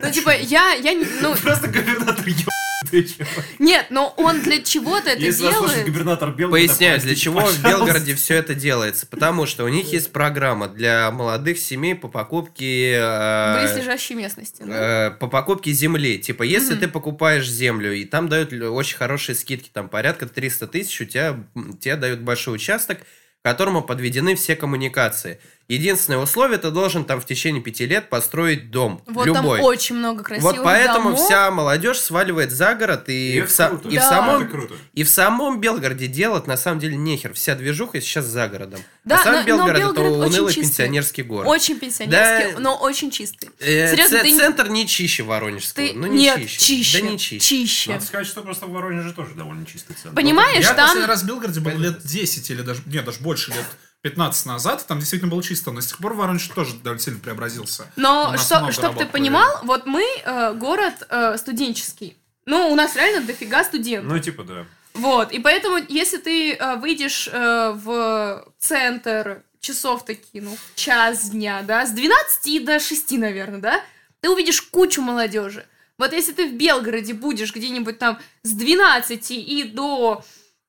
D: Ну, типа, я, я, не- ну,
C: Просто губернатор ебаный.
F: обеспечивать.
D: Нет, но он для чего-то это
F: Если вас слушает
D: делает.
F: губернатор Белгорода...
B: Поясняю, для
F: простите,
B: чего в
F: пожалуйста.
B: Белгороде все это делается. Потому что у них есть программа для молодых семей по покупке... э,
D: Близлежащей местности. ну.
B: э, по покупке земли. Типа, если
D: Мгм.
B: ты покупаешь землю, и там дают л- очень хорошие скидки, там порядка 300 тысяч, у тебя, м, тебе дают большой участок, к которому подведены все коммуникации. Единственное условие, ты должен там в течение пяти лет построить дом.
D: Вот там
B: любой.
D: очень много красивых
B: вот поэтому
D: домов.
B: вся молодежь сваливает за город, и,
C: И
B: в,
C: это
B: са-
C: круто.
B: и в
D: Да.
B: самом,
C: круто.
B: и в самом Белгороде делать на самом деле нехер. Вся движуха сейчас за городом.
D: Да,
B: а сам
D: но- но
B: Белгород,
D: Белгород
B: это
D: очень
B: унылый
D: чистый.
B: пенсионерский город.
D: Очень пенсионерский,
B: Да.
D: но очень чистый.
B: Э,
D: Серьезно,
B: ц-
D: ты не-
B: Центр не чище Воронежского.
D: Ты...
B: Ну, не
D: Нет,
B: чище.
D: чище.
B: Да не чище. Ну,
D: Чище.
C: Надо сказать, что просто в Воронеже тоже довольно чистый центр.
D: Понимаешь,
E: Я последний
D: там...
E: раз в Белгороде был лет 10 или даже, нет, даже больше лет 15 назад, и там действительно было чисто, но с тех пор Воронеж тоже довольно сильно преобразился. У
D: Но
E: нас
D: что,
E: много
D: чтобы ты
E: работы
D: понимал, вот мы э, город э, студенческий. Ну, у нас реально дофига студентов.
C: Ну, типа, да.
B: А
D: Вот, и поэтому, если ты э, выйдешь э, в центр часов такие, ну, в час дня, да, с 12 до 6, наверное, да, ты увидишь кучу молодежи. Вот если ты в Белгороде будешь где-нибудь там с 12 и до,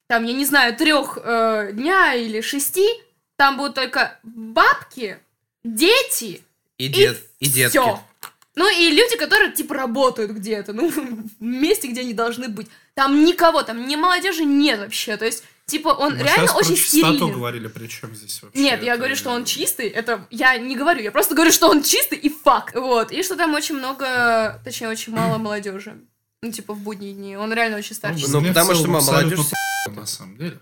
D: там, я не знаю, 3 дня или 6, там будут только бабки, дети
B: И,
D: и,
B: дет, и детки.
D: всё. Ну и люди, которые, типа, работают где-то, ну, (laughs) в месте, где они должны быть. Там никого, там ни молодежи нет вообще. То есть, типа, он
E: Мы
D: реально
E: щас про
D: очень
E: чистоту
D: стерильный.
E: говорили, при чем здесь вообще?
D: Нет, я
E: это?
D: говорю, что он чистый, это я не говорю, я просто говорю, что он чистый и факт. Вот, и что там очень много, точнее, очень
E: (clears throat)
D: мало молодежи. Ну, типа, в будние дни. Он реально очень
E: Ну,
D: старческий.
B: Ну,
E: мне в
B: потому что
E: целом
B: мы
E: абсолютно
B: молодежь.
E: п***, На самом деле.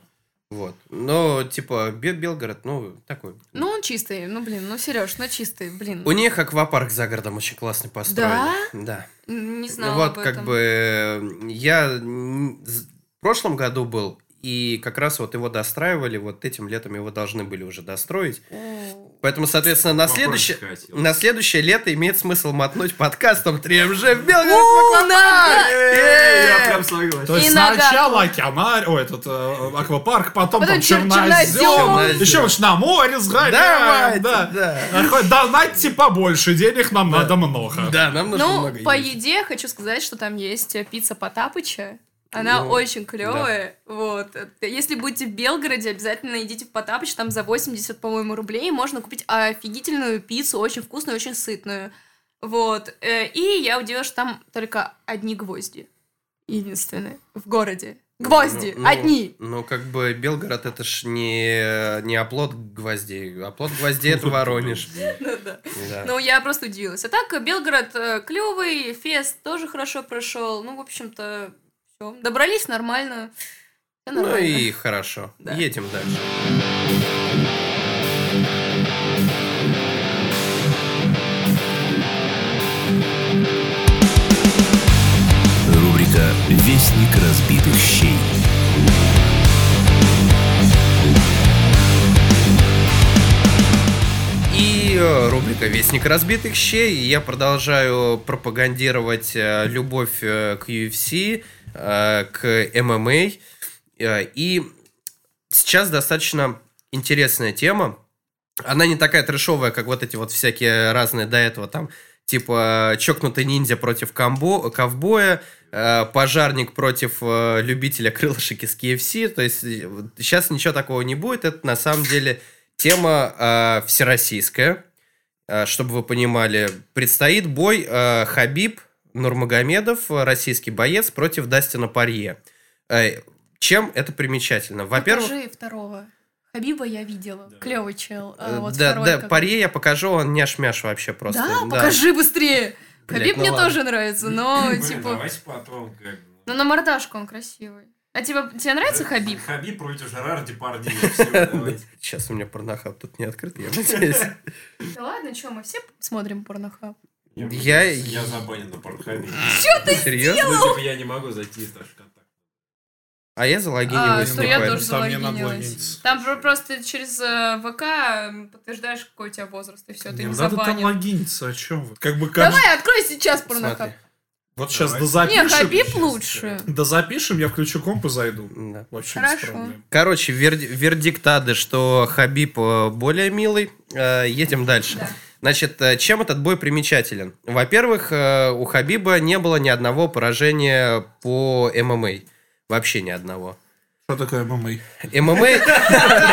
B: Вот. Но, типа, Бе- Белгород, ну, такой.
D: Ну, он чистый, ну, блин, ну, Сереж, ну, чистый, блин.
B: У них аквапарк за городом очень классный построен.
D: Да?
B: Да.
D: Не знала
B: вот,
D: об
B: как
D: этом.
B: бы, э, я н- з- в прошлом году был, и как раз вот его достраивали, вот этим летом его должны были уже достроить.
D: О.
B: Поэтому, соответственно, на следующее...
C: Воронеж
D: Ну,
C: хотел.
B: На следующее лето имеет смысл мотнуть подкастом 3МЖ в Белгород.
D: О, да!
B: Э!
F: Я прям согласен.
E: То есть
D: И нога.
E: сначала океанарь, ой, этот э, аквапарк, потом,
D: Потом
E: там
D: чер-
E: чернозем,
D: чернозем.
E: еще уж на море сгоряем,
B: Давайте,
E: да.
B: да.
E: А хоть Донатьте побольше, денег нам надо много.
B: Да, нам нужно
D: Ну,
B: много
D: по
B: есть.
D: еде хочу сказать, что там есть э, пицца Потапыча. Она
B: Ну,
D: очень клевая. Вот. Э, Если будете в Белгороде, обязательно идите в Потапыч. Там за 80, по-моему, рублей можно купить офигительную пиццу, очень вкусную, очень сытную. Вот. Э, И я удивилась, что там только одни гвозди. Единственные. В городе. Гвозди!
B: Ну, ну,
D: одни!
B: Ну, как бы Белгород это ж не, не оплот гвоздей. Оплот гвоздей это Воронеж.
D: Да-да.
B: Да.
D: Ну, я просто удивилась. А так, э, Белгород клевый, фест тоже хорошо прошел. Ну, в общем-то, все. Добрались нормально. Всё
B: Ну
D: нормально.
B: и хорошо.
D: Да.
B: Едем дальше.
A: Рубрика «Вестник разбитых щей».
B: И э, рубрика «Вестник разбитых щей». И Я продолжаю пропагандировать э, любовь э, к UFC, э, к ММА. Э, И сейчас достаточно интересная тема. Она не такая трешовая, как вот эти вот всякие разные до этого там, типа чокнутый ниндзя против камбо- ковбоя, э, пожарник против э, любителя крылышек из KFC. То есть э, сейчас ничего такого не будет. Это на самом деле тема э, всероссийская. Э, чтобы вы понимали, предстоит бой э, Хабиб Нурмагомедов, э, российский боец, против Дастина Парье. Э, чем это примечательно? Во-первых,
D: Покажи второго. Хабиба я видела. Клевый чел. А
B: Э,
D: вот
B: да,
D: второй
B: да,
D: как-
B: паре я покажу, он няш-мяш вообще просто.
D: Да, покажи быстрее.
B: Блядь,
D: Хабиб
B: ну (laughs)
D: мне
B: ладно.
D: тоже нравится, но
C: Блин,
D: типа.
C: давайте потом как бы.
D: Ну, на мордашку он красивый. А тебе, тебе
B: (laughs)
D: нравится Хабиб?
C: Хабиб против Жерар Депардье. Всё, давайте.
B: Сейчас у меня порнохаб тут не открыт, я надеюсь.
D: (laughs) Да ладно, что, мы все смотрим порнохаб.
B: Я-
C: Я забанен на
D: (laughs)
C: Порнхабе.
B: Серьезно?
C: Ну, типа, я не могу зайти даже в контакт.
B: А я
D: А,
B: залогиниваюсь
D: что я
B: буквально.
D: тоже
E: Там не надо
D: залогинилась.
E: логиниться.
D: Там про- просто через э, ВК э, подтверждаешь, какой у тебя возраст, и все, ты
E: Не ну
D: не
E: надо там
D: забанен.
E: логиниться, о чем вы? Как бы как...
D: Давай, открой сейчас порнохаб.
B: Смотри.
E: Вот сейчас
C: Давай.
E: дозапишем.
D: Не, Хабиб лучше.
E: Дозапишем, я включу комп и зайду.
B: Да.
E: Вообще без
D: Хорошо.
E: проблем.
B: Короче, верди- вердикт ады, что Хабиб э, более милый. Э, Едем дальше. Значит, э, чем этот бой примечателен? Во-первых, э, у Хабиба не было ни одного поражения по ММА. Вообще ни одного.
E: Что такое ММА?
B: ММА...
D: (laughs)
B: (laughs)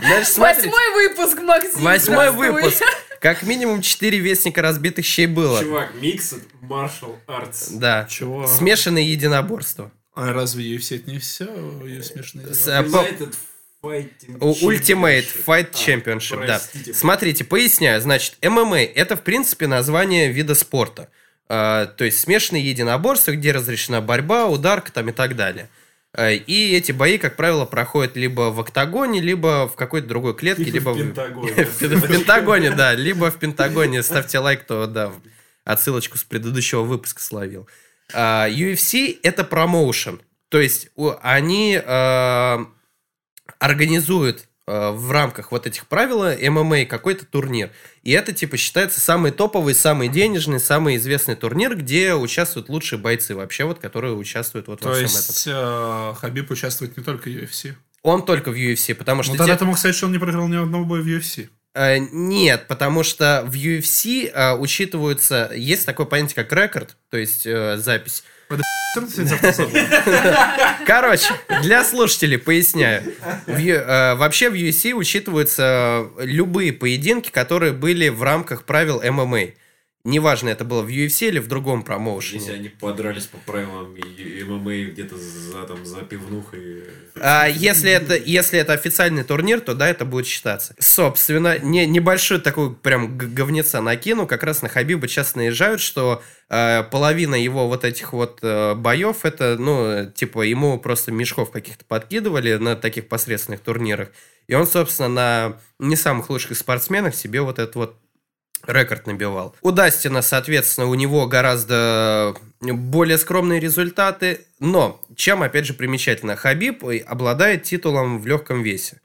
B: Значит, смотрите.
D: Восьмой выпуск, Максим.
B: Восьмой
D: здравствуй. (laughs)
B: выпуск. Как минимум четыре вестника разбитых щей было.
F: Чувак, Mixed Martial Arts.
B: Да.
E: Чего?
B: Сумешанные единоборства.
E: А разве UFC это не все? Ее смешные.
B: С, э, по-
F: United Fighting
B: У- Ultimate
F: Championship.
B: Fight
F: А,
B: Championship, да.
F: простите.
B: Смотрите, поясняю. Значит, ММА – это, в принципе, название вида спорта. А, То есть смешанные единоборства, где разрешена борьба, ударка там и так далее. А, И эти бои, как правило, проходят либо в октагоне, либо в какой-то другой клетке, либо
F: Либо в
B: (laughs)
F: Пентагоне.
B: в Пен- в Пентагоне, да, либо в Пентагоне. Ставьте лайк, кто, да, отсылочку с предыдущего выпуска словил. А, UFC – это промоушен. То есть у- они а, организуют э, в рамках вот этих правил ММА какой-то турнир. И это, типа, считается самый топовый, самый денежный, самый известный турнир, где участвуют лучшие бойцы вообще, вот, которые участвуют вот во
E: То
B: всем этом.
E: есть э, Хабиб участвует не только в UFC.
B: Он только в UFC, потому что...
E: Ну тогда
B: те-
E: ты мог сказать, что он не проиграл ни одного боя в UFC.
B: Э, Нет, потому что в UFC э, учитываются... Есть такое понятие, как рекорд, то есть э, запись.
E: (laughs)
B: Короче, для слушателей поясняю. В Ю- э, вообще в UFC учитываются э, любые поединки, которые были в рамках правил ММА. Неважно, это было в UFC или в другом
F: Если
B: промоушене.
F: они подрались по правилам и- и ММА где-то за, там, за пивнухой.
B: А если это, если это официальный турнир, то да, это будет считаться. Собственно, не, небольшую такую прям г- говнеца накину. Как раз на Хабиба часто наезжают, что э, половина его вот этих вот э, боев, это, ну, э, типа, ему просто мешков каких-то подкидывали на таких посредственных турнирах. И он, собственно, на не самых лучших спортсменах себе вот этот вот рекорд набивал. У Дастина, соответственно, у него гораздо более скромные результаты, но чем, опять же, примечательно, Хабиб э, обладает титулом в легком весе,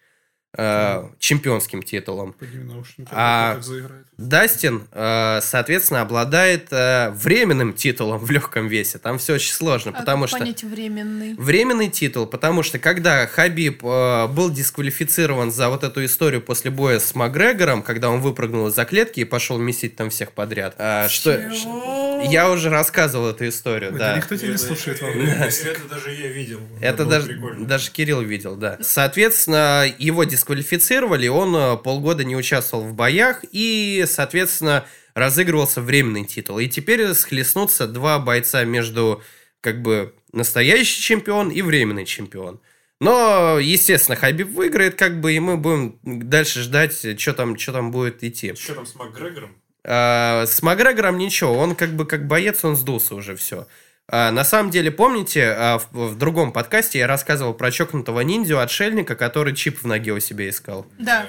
B: э, чемпионским титулом.
E: Подними наушники,
B: А-
E: а так заиграет.
B: Дастин, э, соответственно, обладает э, временным титулом в легком весе. Там все очень сложно,
H: А
B: потому
H: как
B: что...
H: понять временный.
B: Временный титул, потому что когда Хабиб э, был дисквалифицирован за вот эту историю после боя с Макгрегором, когда он выпрыгнул из-за клетки и пошел месить там всех подряд. э, что,
H: Чего?
B: я уже рассказывал эту историю,
E: Это
B: да.
E: никто тебя не слушает во время.
F: Это даже я видел.
B: Это
F: было
B: даже,
F: прикольно.
B: даже Кирилл видел, да. Соответственно, его дисквалифицировали, он э, полгода не участвовал в боях и, соответственно, разыгрывался временный титул. И теперь схлестнутся два бойца между, как бы, настоящий чемпион и временный чемпион. Но, естественно, Хабиб выиграет, как бы, и мы будем дальше ждать, что там, что там будет идти.
F: Что там с Макгрегором?
B: А, С Макгрегором ничего, он как бы как боец, он сдулся уже все. На самом деле, помните, а, в, в другом подкасте я рассказывал про чокнутого ниндзю-отшельника, который чип в ноге у себя искал.
H: Да.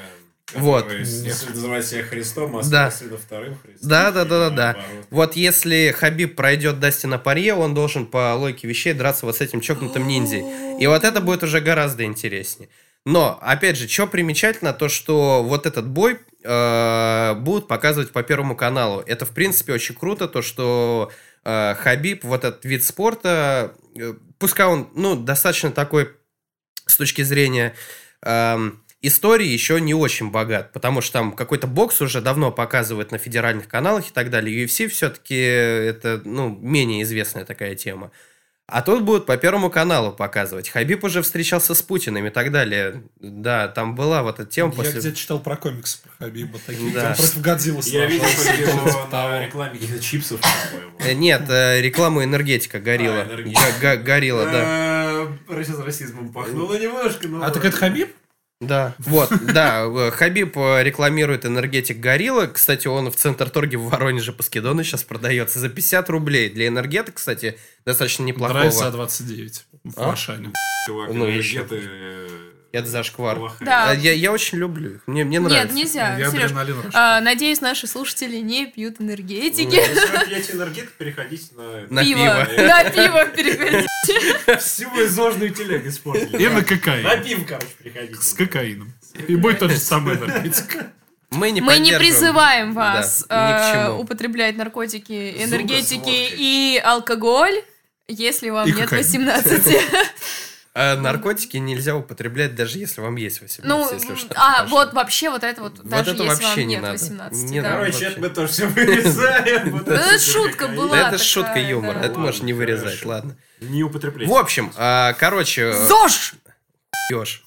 B: Вот.
F: Э, Если называть себя Христом, а
B: Да.
F: сына вторым Христом.
B: Да, да, да, да, да.
F: Наоборот.
B: Вот если Хабиб пройдет Дастина Парье, он должен по логике вещей драться вот с этим чокнутым ниндзей. И вот это будет уже гораздо интереснее. Но, опять же, что примечательно, то что вот этот бой э, будут показывать по Первому каналу. Это, в принципе, очень круто, то что э, Хабиб, вот этот вид спорта, э, пускай он, ну, достаточно такой с точки зрения эм, истории еще не очень богат, потому что там какой-то бокс уже давно показывают на федеральных каналах и так далее. UFC все-таки это, ну, менее известная такая тема. А тут будут по Первому каналу показывать. Хабиб уже встречался с Путиным и так далее. Да, там была вот эта тема
E: Я
B: после...
E: где-то читал про комиксы про Хабиба. Такие,
B: Да.
E: там против Годзиллы
F: Я видел,
E: сражался.
F: как его
E: Того.
F: на рекламе каких-то чипсов, по-моему.
B: Э, Нет, э, реклама энергетика горила.
F: А, энергетика.
B: Га- га- горила, да.
F: Э, Сейчас расизмом пахнуло немножко, но...
E: А так это Хабиб?
B: Да, вот, да, э, Хабиб э, рекламирует энергетик Горилла. Кстати, он в Центр торги в Воронеже Паскидона сейчас продается за 50 рублей. Для энергета, кстати, достаточно неплохого.
E: Драйса 29 в
B: А?
E: Ашане.
F: Чувак,
B: Ну,
F: это
B: еще.
F: где-то, э,
B: Это зашквар.
F: плохая.
D: Да.
B: А, Я, я очень люблю их, мне, мне
D: Нет,
B: нравится.
D: нельзя,
E: Я
D: Серёж.
E: адреналин раш-
D: А, надеюсь, наши слушатели не пьют энергетики. (laughs)
F: Если вы пьете энергетик, переходите на...
B: На
D: пиво.
B: пиво.
D: На пиво переходите.
F: Всю мою зожную телегу использовали.
E: И
F: (laughs)
E: на
F: На
E: кокаин.
F: пиво, короче, переходите.
E: С кокаином. И будет тот же самый наркотик.
B: Мы не,
D: Мы не
B: поддерживаем.
D: призываем вас
B: Да, ни к
D: э,
B: чему.
D: употреблять наркотики,
F: Зубы
D: энергетики
F: с водкой.
D: и алкоголь, если вам
E: И
D: нет
E: кокаин.
D: 18.
B: А, А наркотики нельзя употреблять, даже если вам есть 18,
D: Ну,
B: если что.
D: а вот вообще вот это вот,
B: Вот
D: даже
B: это
D: если
B: вообще
D: вам
B: не
D: нет
B: надо.
D: 18,
B: Не
D: да.
B: надо.
F: Короче, это мы тоже
B: (laughs)
F: все вырезаем. Вот
D: Да это
F: это
D: шутка
F: какая.
D: была.
B: Да это
D: такая,
B: шутка юмора,
D: да.
B: это можешь не
F: Ладно,
B: вырезать,
F: хорошо.
B: ладно.
F: Не употребляйте.
B: В общем, а, короче... э,
D: ЗОЖ!
B: пьешь.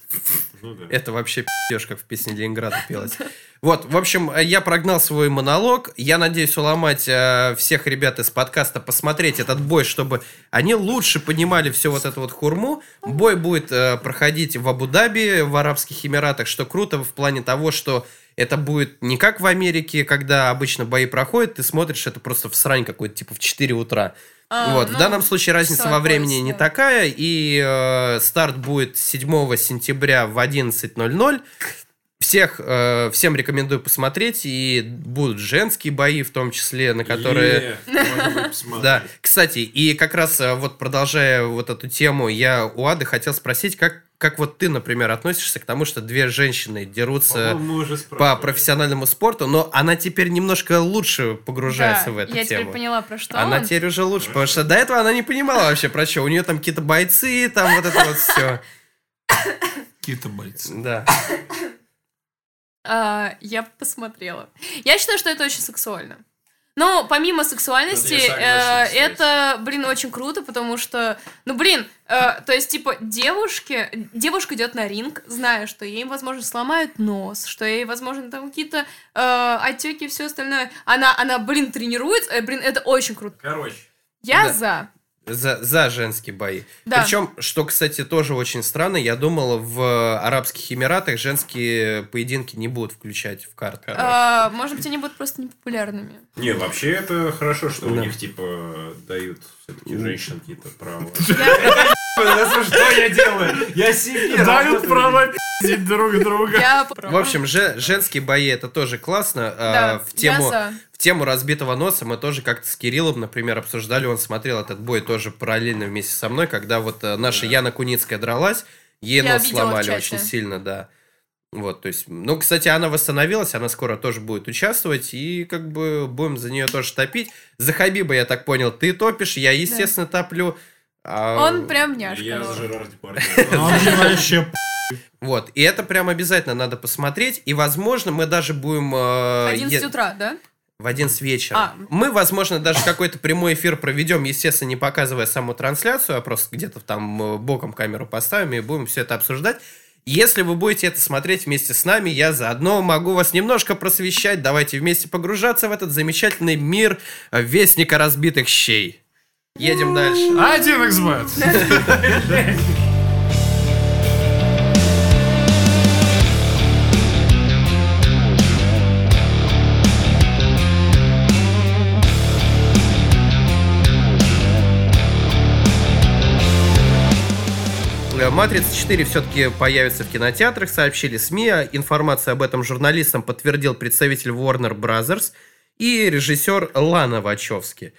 F: Ну да.
B: Это вообще пьешь, как в песне
D: (laughs)
B: Ленинграда пелось. Вот, в общем, э, я прогнал свой монолог. Я надеюсь уломать э, всех ребят из подкаста посмотреть этот бой, чтобы они лучше понимали все вот эту вот хурму. Бой будет э, проходить в Абу-Даби, в Арабских Эмиратах, что круто в плане того, что это будет не как в Америке, когда обычно бои проходят, ты смотришь это просто в срань какой-то, типа в 4 утра.
D: А,
B: вот,
D: ну,
B: в данном случае разница во
D: согласна.
B: времени не такая, и э, старт будет 7 сентября в 11.00. Всех, э, всем рекомендую посмотреть, и будут женские бои в том числе, на которые... Да, кстати, и как раз э, вот продолжая вот эту тему, я у Ады хотел спросить, как, как вот ты, например, относишься к тому, что две женщины дерутся
F: По-моему, Ну, мы уже
B: э, по
F: спрашивали.
B: профессиональному спорту, но она теперь немножко лучше погружается
D: Да,
B: в эту
D: я
B: тему. А
D: теперь поняла, про что
B: Она
D: он.
B: теперь уже лучше, потому что до этого она не понимала вообще про что. У нее там какие-то бойцы, там вот это вот все.
E: Какие-то бойцы.
B: Да.
D: А, я посмотрела. Я считаю, что это очень сексуально. Но помимо сексуальности,
F: Тут я согласен,
D: э,
F: кстати.
D: это, блин, очень круто, потому что, ну, блин, э, то есть, типа, девушки, девушка идет на ринг, зная, что ей, возможно, сломают нос, что ей, возможно, там какие-то э, отеки и все остальное. Она, она, блин, тренируется, э, блин, это очень круто.
F: Короче,
D: Я
B: Да.
D: за.
B: За, за женские бои.
D: Да.
B: Причем, что, кстати, тоже очень странно, я думал, в Арабских Эмиратах женские поединки не будут включать в карты.
D: Э, может быть, они будут просто непопулярными.
H: Не, вообще это хорошо, что у
B: Да. Ну.
H: них, типа, дают все-таки женщинам какие-то права.
F: Что (laughs) я (laughs) делаю? Я себе
G: Дают права
F: пиздить
B: (laughs)
F: друг друга.
D: (laughs) Я
B: В общем, же, женские бои это тоже классно.
D: Да,
B: А, в, тему,
D: я за.
B: в тему разбитого носа мы тоже как-то с Кириллом, например, обсуждали. Он смотрел этот бой тоже параллельно вместе со мной, когда вот э, наша Яна Куницкая дралась, ей
D: Я
B: нос
D: видела в
B: сломали
D: чате.
B: очень сильно, да. Вот, то есть, ну, кстати, она восстановилась, она скоро тоже будет участвовать, и как бы будем за нее тоже топить. За Хабиба, я так понял, ты топишь, я, естественно, топлю. А,
D: Он прям няшка.
H: Я
D: но-
H: за Жерар Депардье.
B: (laughs)
E: А он мне вообще
B: Вот, и это прям обязательно надо посмотреть, и, возможно, мы даже будем... э,
D: 11
B: е-
D: утра, да?
B: В 11 вечера.
D: А.
B: Мы, возможно, даже какой-то прямой эфир проведем, естественно, не показывая саму трансляцию, а просто где-то там э, боком камеру поставим и будем все это обсуждать. Если вы будете это смотреть вместе с нами, я заодно могу вас немножко просвещать. Давайте вместе погружаться в этот замечательный мир э, вестника разбитых щей. Едем дальше.
G: Один Xbox.
B: Э, Матрица 4 все-таки появится в кинотеатрах, сообщили СМИ. Информацию об этом журналистам подтвердил представитель Warner Brothers и режиссер Лана Вачовски.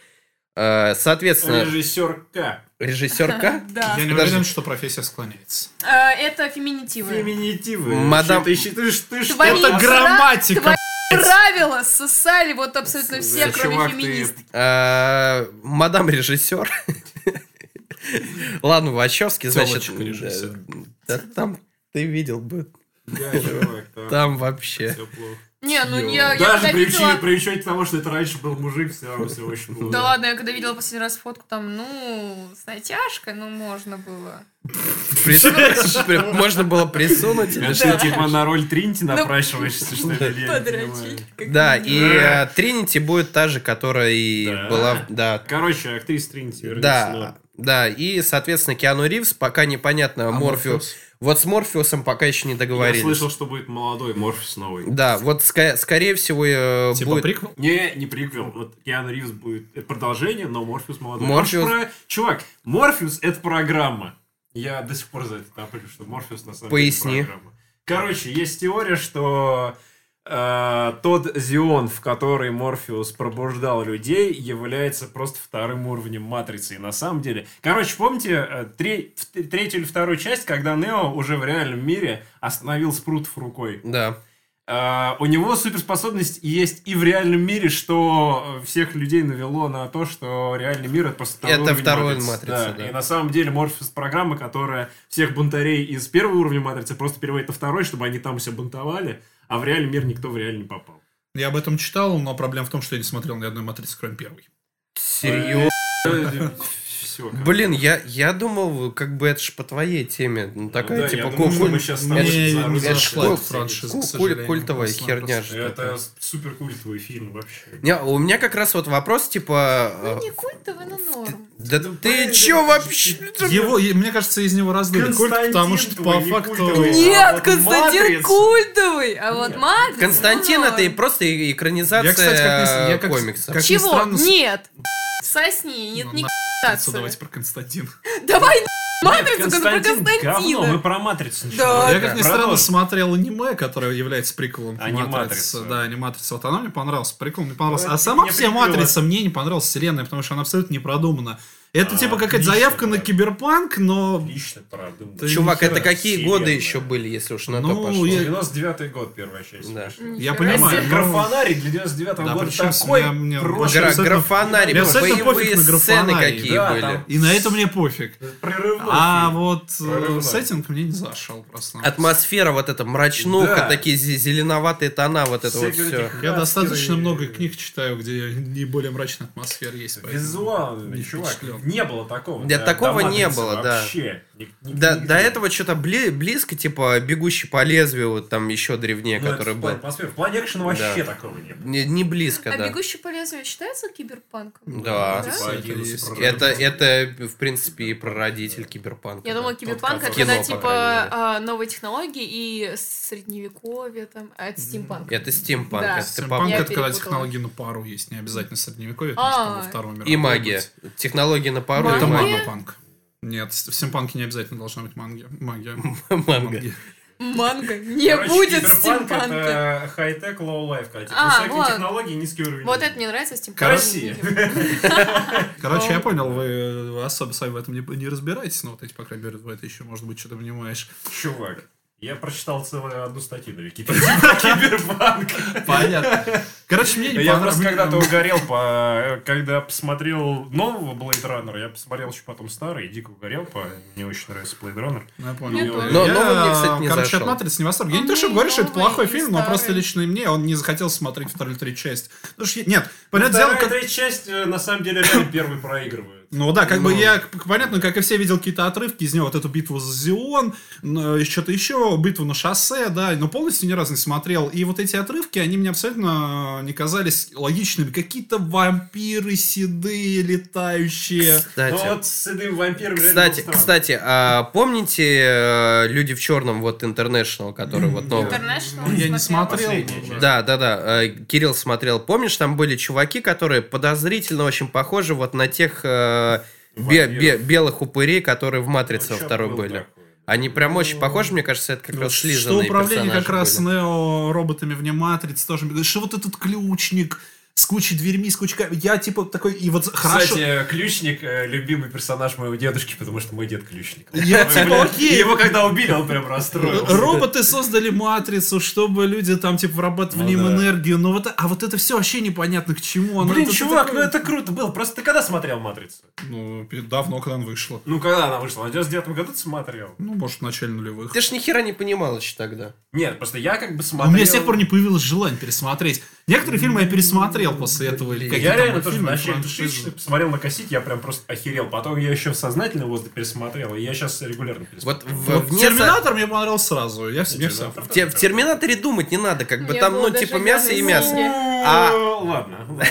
B: Э, Соответственно,
F: Режиссер К.
B: режиссерка
D: Да.
E: Я не
B: Подожди.
E: уверен, что профессия склоняется.
D: А, Это феминитивы.
F: Феминитивы.
B: Мадам-
F: Ты считаешь, ты что?
D: Твои
G: Это
D: сра-
G: грамматика.
D: твои Правила сосали вот абсолютно все,
F: Да,
D: кроме
F: чувак, ты-
D: феминистки.
B: э, мадам режиссер. Лана Вачовски, значит...
E: Тёлочка режиссер.
B: э, да там ты видел бы.
F: Да, чувак, там
B: Там вообще.
F: всё плохо.
D: Не, ну я, я
F: Даже
D: когда
F: при
D: видела...
F: учете, при учете того, что это раньше был мужик, все равно все очень плохо.
D: Да ладно, я когда видела последний раз фотку там, ну, с натяжкой, ну, можно было.
B: Прис- при- Можно было присунуть или
F: Это
B: что-то.
F: ты типа на роль Тринти
D: Ну,
F: напрашиваешься, что ли? я не понимаю.
B: Да, и э, Тринити будет та же, которая и
F: Да.
B: была... Да,
F: Короче, актриса Тринти вернись
B: Да,
F: снова.
B: да, и, соответственно, Киану Ривз, пока
E: А
B: непонятно, Морфеус. Вот с Морфеусом пока еще не
F: Я
B: договорились.
F: слышал, что будет молодой Морфис новый.
B: Да, вот ска- скорее всего э,
E: Типа
B: будет...
E: приквел?
F: Не, не приквел. Вот Киану Ривз будет э, продолжение, но Морфеус молодой.
B: Морфеус-
F: Он ж про- Чувак, Морфеус — это программа. Я до сих пор за это топлю, что Морфеус на самом
B: Поясни.
F: деле программа. Короче, есть теория, что э, тот Зион, в который Морфеус пробуждал людей, является просто вторым уровнем Матрицы. И на самом деле... Короче, помните э, тре- в- третью или вторую часть, когда Нео уже в реальном мире остановил спрутов рукой?
B: Да.
F: Э, У него суперспособность есть и в реальном мире, что э, всех людей навело на то, что реальный мир это просто
B: Это
F: уровень
B: второй
F: матрицы.
B: матрица, да.
F: И на самом деле Морфеус программа, которая всех бунтарей из первого уровня матрицы просто переводит на второй, чтобы они там все бунтовали, а в реальный мир никто в реаль не попал.
E: Я об этом читал, но проблема в том, что я не смотрел ни одной матрицы, кроме первой.
B: Серьезно?
F: Все.
B: Блин, я, я думал, как бы это ж по твоей теме. Ну, такая,
H: да, я
B: типа,
H: думаю,
B: ку-
H: что мы
B: куль-
H: щас
B: это
H: там
B: ж-
H: не-
B: это
H: не
B: ж
H: зашла
B: ку-
H: эта франшиза,
B: ку-
E: к
B: куль-
E: сожалению.
B: Культовая
E: Просто-
B: херня же
H: Это
B: такая.
H: супер культовый фильм вообще.
B: Не, у меня как раз вот вопрос, типа...
D: Ну,
B: э,
D: не культовый, но норм.
B: Да
H: Да
B: ты
H: блин,
B: чё
H: да
B: вообще?
E: Его, и- мне кажется, из него раздули культ,
F: Константин
E: потому что
F: твой
E: по
F: не
E: факту... ну,
F: культовый.
G: А
D: Нет,
F: вот
D: Константин
F: «Матрица».
D: культовый, а вот
F: Нет.
D: Матрица...
B: Константин, это и
D: норм.
B: просто и- экранизация
E: Я, кстати, как не- я
B: э,
E: как-
B: комикса.
E: как ни
D: Чего?
E: странно, с-
D: Нет. Сосни, нет
E: Ну,
D: ни
E: на- Ну,
D: констации.
E: Давайте про Константин.
D: Давай на- Матрицу, когда про
F: Константин, говно, мы
D: Константина.
F: про матрицу
D: Да.
E: Я, как ни
F: Продолжим.
E: странно, смотрел аниме, которое является приквелом
F: А,
E: к
F: не
E: «Матрице».
F: «Матрица».
E: Да, аниматрица. Вот она мне понравилась, приквел мне понравился.
F: Ну,
E: А сама
F: не
E: вся
F: приквел,
E: «Матрица» мне не понравилась вселенная, потому что она абсолютно не продумана. Это
H: А,
E: типа какая-то
H: отлично,
E: заявка на
H: да.
E: киберпанк, но...
H: Отлично продумано.
E: Ты
B: Чувак,
E: нихера
B: это какие
H: вселенная.
B: годы еще были, если уж на то
E: Ну,
B: пошло?
E: я-
H: 99-й год, первая часть.
B: Да.
H: вышла.
E: Я
D: Нихера
B: ну,
E: понимаю,
D: себе.
E: но-
F: Графонарий для 99-го
E: Да,
F: года
E: причём с-
F: такой
E: мне- мне-
F: проще.
B: Гра-
E: абсолютно-
B: Графонарий,
E: мне абсолютно
B: боевые
E: пофиг на
B: сцены
E: графонарий,
B: какие
F: да,
B: были.
F: там.
E: И на это мне пофиг.
F: Прерывной
E: А
F: фильм.
E: вот э,
H: Прорывной.
E: сеттинг мне не зашел просто.
B: Атмосфера вот эта мрачнуха,
F: Да.
B: такие зе- зеленоватые тона, вот это вот
F: Всякие
B: все.
F: такие
E: Я достаточно
F: краски,
E: много книг читаю, где не более мрачная атмосфера есть. поэтому-
F: Визуально,
E: Не
F: чувак,
E: впечатлен.
F: не было такого.
B: Да,
F: до-
B: такого
F: до
B: не
F: «Матрицы»
B: было, да.
F: вообще. Ни- ни-
B: До,
F: нигде.
B: до этого что-то бли- близко, типа «Бегущий по лезвию», вот там еще древнее,
H: Ну, это
B: который
H: в
B: был.
H: плане атмосферы. В плане экшена ну, вообще такого не было.
B: Не, не близко,
D: А
B: да.
D: «Бегущий по лезвию» считается киберпанком?
B: Да.
D: Да?
E: Типа, это
H: Один из
E: есть.
H: прорывов.
B: Это, это, в принципе, и прародитель киберпанка.
D: Я
B: да.
D: думала, киберпанк
B: Тот,
D: это
B: который-
D: когда
B: Кино, по
D: типа
B: крайней мере.
D: а, новые технологии и средневековье там, а это стимпанк.
B: Это стимпанк.
D: Да.
B: это ты
E: Стимпанк
D: Я
B: пап-
E: это когда
D: перепутала.
E: технологии на пару есть, не обязательно средневековье, потому что там
D: А.
E: во Втором
B: И
E: мировом
B: магия.
E: будет.
B: Технологии на пару.
E: Это
B: и
D: Магия?
B: магия.
E: магопанк. Нет, в стимпанке не обязательно должна быть манги. магия.
B: Манга.
E: Манги.
D: Манго не
H: Короче,
D: будет
H: киберпанк
D: стимпанка.
E: (laughs)
H: это хай-тек, лоу-лайф, когда типа
D: А,
H: высокие
D: вот.
H: технологии, низкий уровень.
D: Вот это
H: жизни.
D: мне нравится стимпанк.
H: Россия.
E: Короче,
D: Ну.
E: я понял, вы э, особо сами в этом не, не разбираетесь, но вот эти, по крайней мере, вы это еще, может быть, что-то понимаешь.
H: Чувак, я прочитал целую одну статью на Википедии про (laughs) киберпанк.
E: Понятно. Короче, мне не
H: Я просто
E: понравилось.
H: когда-то угорел, по- э, когда посмотрел нового Blade Runner, я посмотрел еще потом старый, и дико угорел, по... мне очень нравится Blade Runner.
E: Ну, Я понял.
D: Я
E: Я-
B: Но новый мне, кстати, не
E: короче,
B: зашел.
E: от «Матрицы» не в восторге. Я
D: А
E: не то, что
D: мне
E: говорю, что это
D: новый
E: плохой
D: и
E: фильм, но просто
D: старый.
E: лично и мне он не захотел смотреть вторую, третью часть. Потому что я- нет,
H: Вторая
E: понятное Ну, дело, как...
H: третья часть, э, на самом деле, реально первый проигрывает.
E: Ну да, как бы я, к- понятно, как и все, видел какие-то отрывки из него, вот эту битву за Зион, н- э, что-то еще, битву на шоссе, да, но полностью ни разу не смотрел. И вот эти отрывки, они мне абсолютно э, не казались логичными. Какие-то вампиры седые, летающие.
H: Ну
F: а
B: Кстати,
H: вот с седым вампиром реально
B: Кстати,
H: было странно. Ну,
B: кстати, а помните э, люди в черном вот International, который вот новый?
D: Интернешнл.
E: Ну, Я не смотрел.
H: Последняя часть.
B: Да, да, да. э, Кирилл смотрел. Помнишь, там были чуваки, которые подозрительно очень похожи вот на тех э, бе- бе- белых упырей, которые в Матрице во
H: Чё
B: второй
H: был
B: были.
H: такой?
B: Они прям очень похожи, мне кажется, это как раз
E: Ну, Что
B: слизанные
E: управление
B: персонажи
E: как раз
B: были.
E: Нео роботами вне Матрицы тоже. мне говорит, Что вот этот ключник с кучей дверьми, с кучей... ка- Я типа такой, и вот хорошо...
H: Кстати, ключник э, любимый персонаж моего дедушки, потому что мой дед ключник.
E: Я типа окей,
H: Его когда убили, он прям расстроился.
E: Роботы создали матрицу, чтобы люди там типа вырабатывали
H: Ну
E: им
H: да.
E: энергию, но вот, а вот это все вообще непонятно к чему. оно
H: Блин,
E: это
H: чувак,
E: такое-
H: ну это круто было. Просто ты когда смотрел «Матрицу»?
E: Ну, пи- давно, когда она вышла.
H: Ну, когда она вышла? В 99 году ты смотрел?
E: Ну, может, в начале нулевых.
B: Ты ж нихера не понимал еще тогда.
H: Нет, просто я как бы
E: А
H: смотрел... М-м-м.
E: у меня с тех пор не появилось желание пересмотреть. Некоторые фильмы я пересмотрел после этого. Или какие
H: Я
E: там
H: реально
E: были
H: тоже
E: фильмы,
H: вначале
E: франшизы.
H: тушечный посмотрел на косить, я прям просто охерел. Потом я еще сознательно воздух пересмотрел, и я сейчас регулярно пересмотрел.
B: Вот, в,
E: Вот
B: вне со-
E: Ну, Терминатор мне понравился сразу. Я всегда
B: в
F: Ну,
B: те- в Терминаторе думать не надо, как бы
D: Мне
B: там,
D: было
B: ну,
D: даже
B: типа, мясо и
D: жаль.
B: мясо. А-
H: А... Ладно, ладно.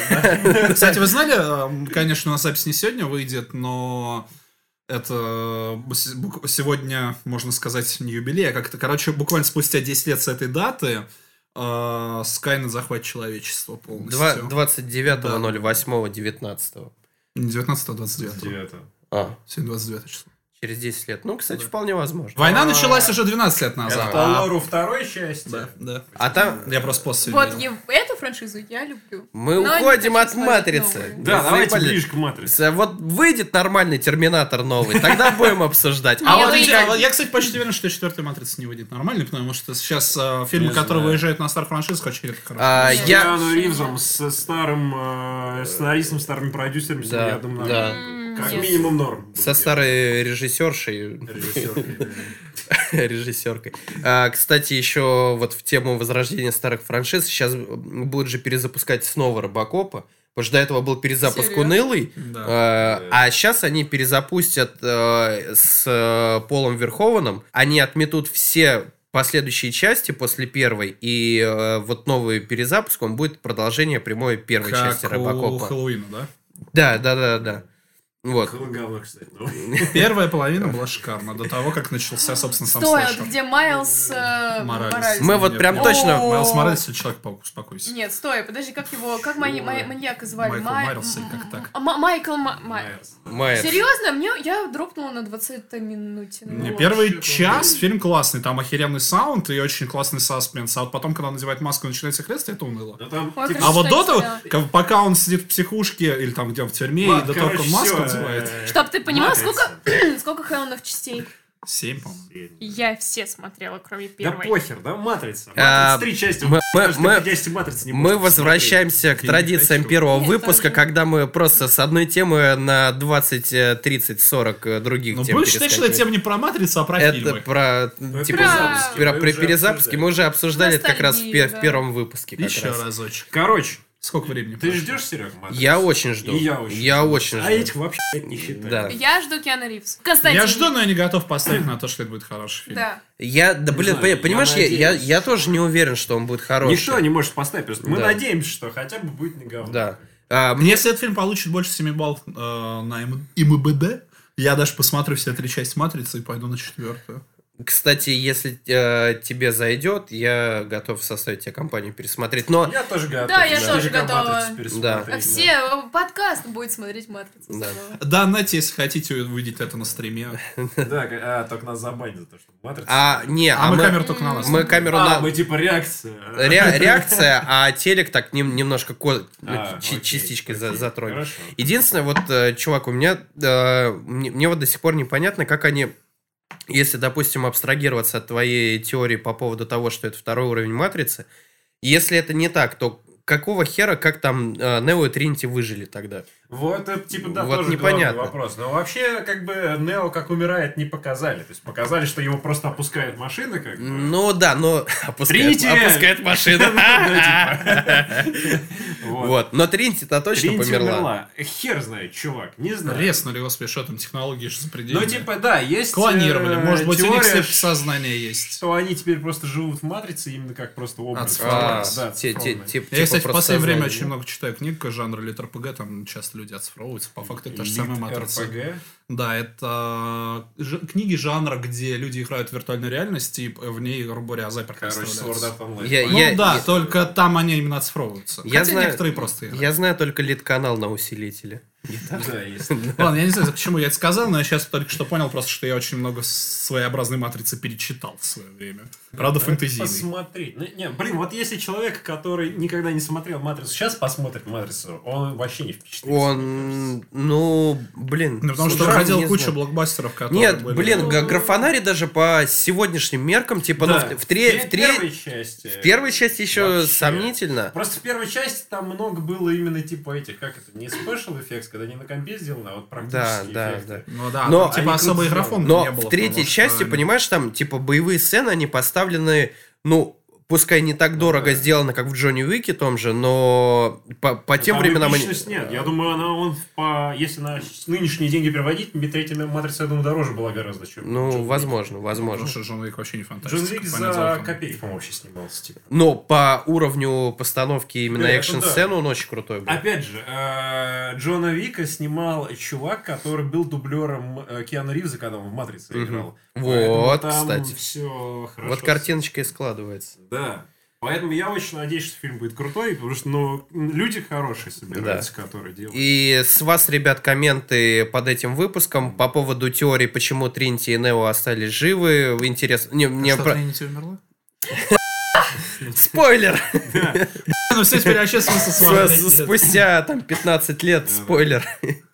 E: Кстати, вы знали, эм, конечно, у нас запись не сегодня выйдет, но это э, с- бук- сегодня, можно сказать, не юбилей, а как-то, короче, буквально спустя 10 лет с этой даты э, Скайнет захватит человечество
B: Два-
E: полностью.
B: 29.08.19.
E: Не 19 а 29
H: Девятое.
B: А,
E: Сегодня 29 число.
B: через 10 лет. Ну, кстати, вполне возможно. А,
E: Война началась уже 12 лет
H: Это
E: назад. А,
H: по лору второй части.
E: Да, да.
B: А там,
E: Я просто после
D: Вот
E: видел.
D: ев- эту франшизу, я люблю.
B: Мы
D: Но не
B: уходим
D: хочу
B: от
D: смотреть
B: матрицы.
D: новые.
B: Вы
F: Да, давайте
B: заебали.
F: ближе к матрице.
B: С- Вот выйдет нормальный терминатор новый,
F: (laughs)
B: тогда будем обсуждать.
E: А
D: Не
E: вот
D: выйдет.
E: я, вот я, кстати, почти уверен, что четвертая матрица не выйдет нормально, потому что сейчас э, фильмы, которые выезжают на старт франшизах, очень редко хорошие.
B: А,
D: Нет.
B: Я
F: Киану Ривзом с старым э, сценаристом, старым продюсером, с ним,
B: Да,
F: я думаю,
B: да.
F: нормально. как
D: М, yes.
F: минимум норм.
B: со старой режиссершей, (laughs) режиссеркой. А, Кстати, еще вот в тему возрождения старых франшиз сейчас будут же перезапускать снова Робокопа, потому что до этого был перезапуск
D: Серьезно?
B: унылый,
E: Да.
B: Э, А сейчас они перезапустят э, с э, Полом Верховным. Они отметут все последующие части после первой. И э, вот новый перезапуск, он будет продолжение прямой первой части
E: Как у
B: Робокопа.
E: Хэллоуина, да?
B: (laughs) Да, да, да, да. Вот.
F: Говно, кстати. ну.
E: Первая половина была шикарна, до того, как начался, собственно, сам
D: Стой, а вот
E: слэшер.
D: где Майлз э,
E: Моралес.
D: Моралес?
B: Мы вот
E: Нет,
B: прям
E: нет.
B: точно...
D: О,
E: Майлз Моралес или Человек-паук, успокойся.
D: Нет, стой, подожди, как его, как мани- ма- маньяка звали?
E: Майкл
D: Май-
E: Майерс или
D: м-
E: как так?
D: А, Ма- Майкл Ма- Май-
B: Майер.
D: Серьезно, мне я дропнула на 20 минуте. Ну,
E: Не,
D: ладно.
E: первый час фильм классный, там охеренный саунд и очень классный саспенс, а вот потом, когда он надевает маску и начинается следствие, это уныло.
F: Ну, там,
D: Ой,
F: типа,
E: А
D: Что
E: вот до
D: я
E: того,
D: сделала?
E: как- пока он сидит в психушке, или там где он в тюрьме, и
F: ладно,
E: до того, как он
F: короче,
E: маску
F: всё,
E: надевает,
F: э,
D: Чтоб ты понимал,
F: матрица.
D: сколько, сколько (clears throat) Хелленов частей.
E: семь, по-моему.
D: Я все смотрела, кроме
F: Да
D: первой.
F: похер, да, матрица.
B: А,
F: Матрица три части.
B: мы- мы-
F: Даже
B: мы-
F: три части матрицы не
B: Мы
F: можем посмотреть.
B: возвращаемся к
E: не
B: традициям
E: хочу.
B: первого
D: Нет,
B: выпуска,
D: тоже.
B: когда мы просто с одной темы на 20, э, 30, 40 э, других
E: Ну,
B: тем
E: будешь считать, что
B: перескакиваем.
E: это тема не про матрицу, а про
B: Это
E: фильмы.
B: про
F: Ну, это
B: типа
D: перезапуски,
B: про-
F: мы
B: про
F: уже
B: перезапуски. Мы уже обсуждали это как раз в пе-
D: Ностальгия,
B: в
D: да.
B: первом выпуске. как
E: Еще
B: раз.
E: разочек.
F: Короче,
E: Сколько времени?
F: ты
E: прошло?
F: ждешь, Серега, матрицу?
B: Я очень жду.
F: И я очень
B: Я очень
F: А
B: жду.
F: этих вообще не считаю.
B: Да.
D: Я жду Киана Ривз. Константин.
E: Я жду, но я не готов поставить на то, что это будет хороший фильм.
D: Да.
B: Я, да, блин,
F: знаю,
B: пони-
F: я
B: понимаешь, я, я,
F: надеюсь.
B: я тоже не уверен, что он будет хороший.
F: Никто не может поставить. просто Мы
B: Да.
F: надеемся, что хотя бы будет не говно.
B: Да. А, мне-
E: Мне, если этот фильм получит больше 7 баллов э, на М- МБД, я даже посмотрю все три части «Матрицы» и пойду на четвертую.
B: кстати, если э, тебе зайдет, я готов составить тебе компанию пересмотреть. Но
F: Я тоже готов.
D: Да, я тоже
F: Серега
D: готова.
F: «Матрицу» пересмотреть,
B: Да.
D: А Все э, подкаст будет смотреть «Матрицу».
B: Да.
D: снова.
E: Да, знаете, если хотите увидеть это на стриме.
F: Да, а, только нас забанят за то, что «Матрица».
B: а, не,
E: А,
B: а
E: мы камеру только на нас.
B: мы камеру
F: А,
B: на-
F: мы типа реакция.
B: ре- реакция, а телек так нем- немножко ко-
F: А,
B: ну, чи-
F: окей,
B: частичкой за-
F: окей,
B: затронет.
F: Хорошо.
B: Единственное, вот, э, чувак, у меня, э, мне, мне вот до сих пор непонятно, как они, если, допустим, абстрагироваться от твоей теории по поводу того, что это второй уровень матрицы, если это не так, то какого хера, как там э, Нео и Тринити выжили тогда?
F: Вот это, типа, да,
B: Вот
F: тоже
B: непонятно.
F: главный вопрос. Но вообще, как бы, Нео как умирает, не показали. То есть, показали, что его просто опускает машина, как бы. (laughs)
B: Ну да, но (laughs) опускает,
F: Тринити!
B: опускает
F: (laughs)
B: машина.
F: Ну, типа.
B: (laughs)
F: Вот.
B: Вот, но Тринити-то точно
F: Тринити
B: померла.
F: умерла. Хер знает, чувак, не знаю.
E: Лесно ли, господи, что там, технологии же запредельные.
F: Ну, типа, да, есть...
E: Клонировали,
F: э,
E: может быть, у них
F: теория,
E: слепь сознания есть.
F: что они теперь просто живут в Матрице, именно как просто образ.
B: А,
F: Да,
B: те- те-
F: цифровой.
B: те-
E: Я,
B: типа
E: кстати, в
B: просто
E: последнее время
B: сознание.
E: очень много читаю книг жанра литРПГ, там часто люди оцифровываются, по факту это та же самая
F: Элит
E: матрица.
F: RPG.
E: Да, это э, ж- книги жанра, где люди играют в виртуальную реальность, и в ней, грубо говоря, заперты
F: Короче, Sword
E: оставляются.
F: Art Online.
B: Я-
E: Ну да,
B: я-
E: только там они именно оцифровываются.
B: Я
E: Хотя
B: знаю-
E: некоторые просто играют.
B: Я знаю только лид-канал на усилителе.
F: (laughs) Да,
B: (laughs)
F: есть.
E: Ладно, я не знаю, почему я это сказал, но я сейчас только что понял просто, что я очень много своеобразной матрицы перечитал в свое время. Правда, фэнтезийный.
F: Посмотреть. Ну, не, блин, вот если человек, который никогда не смотрел «Матрицу», сейчас посмотрит «Матрицу», он вообще не впечатлится.
B: Он, ну, блин.
E: Ну, потому что
B: слушай,
E: выходила
B: не
E: куча
B: знаю.
E: блокбастеров, которые
B: Нет,
E: были-
B: блин,
E: ну,
B: га- Графонари даже по сегодняшним меркам, типа, ну,
F: Да.
B: в, в тре- в
F: Перед
B: тре-
F: первой части.
B: в первой части еще
F: Вообще.
B: сомнительно.
F: Просто в первой части там много было именно типа этих, как это, не special effects, когда не на компе сделано, а вот
B: Да,
F: практически
B: да, да.
E: Ну да,
B: Но
E: там, типа
F: они
E: особо
F: круто
E: играфон
B: Но
E: не было.
B: в третьей
E: потому что
B: части,
E: они-
B: понимаешь, там, типа, боевые сцены, они поставлены, ну, пускай не так дорого сделано, как в Джонни Уике том же, но по, по А тем временам... они-
F: нет. Я думаю, она, он, по, если на нынешние деньги переводить, третья матрица, я думаю, дороже была гораздо, чем Джон
B: Ну,
F: Уик.
B: возможно,
E: Потому
B: возможно.
E: что Джон Уик вообще не фантастика.
F: Джон Уик
E: понятное
F: за
E: дело, там.
F: копейки, по-моему, вообще снимался, типа.
B: Но по уровню постановки именно
F: Да, это
B: экшн-сцены он очень крутой был.
F: Опять же, э, Джона Вика снимал чувак, который был дублером э, Киану Ривза, когда он в «Матрице»
B: Мгм.
F: играл.
B: Вот,
F: там
B: кстати.
F: все хорошо.
B: Вот картиночка и складывается.
F: Да. Поэтому я очень надеюсь, что фильм будет крутой, потому что ну, люди хорошие собираются, которые делают.
B: И с вас, ребят, комменты под этим выпуском по поводу теории, почему Тринти и Нео остались живы. Интересно. Не, мне
E: А Что,
B: про-
E: Тринити умерла?
B: Спойлер!
E: (laughs) Ну все теперь вообще смысл с
B: Спо-
E: вами.
B: Спустя там 15 лет, спойлер. (laughs)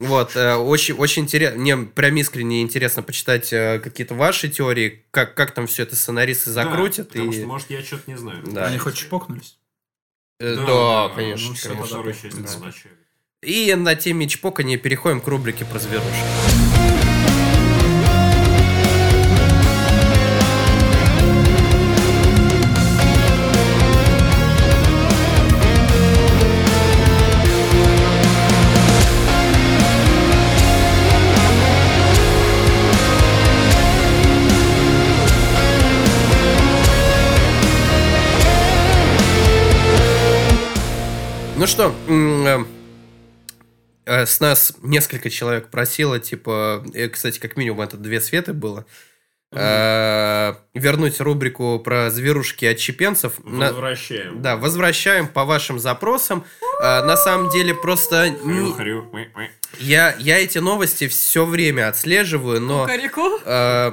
B: Вот, э, очень, очень интересно, мне прям искренне интересно почитать э, какие-то ваши теории, как, как там все это сценаристы закрутят.
F: Потому
B: и...
F: что, может, я что-то не знаю.
B: Да.
E: Они хоть чпокнулись?
B: Э, Да, конечно. конечно.
F: Ну, всё, второй части это начали.
B: И на теме чпокания переходим к рубрике про зверушек. Ну что, м, э, э, с нас несколько человек просило, типа, э, кстати, как минимум это две светы было, э, вернуть рубрику про зверушки отщепенцев. На-
F: Возвращаем.
B: Да, возвращаем по вашим запросам. Э, На самом деле просто
F: Хрю,
B: не-
F: хрю, мы, мы.
B: я, я эти новости все время отслеживаю, но...
D: Кукареку.
B: Э,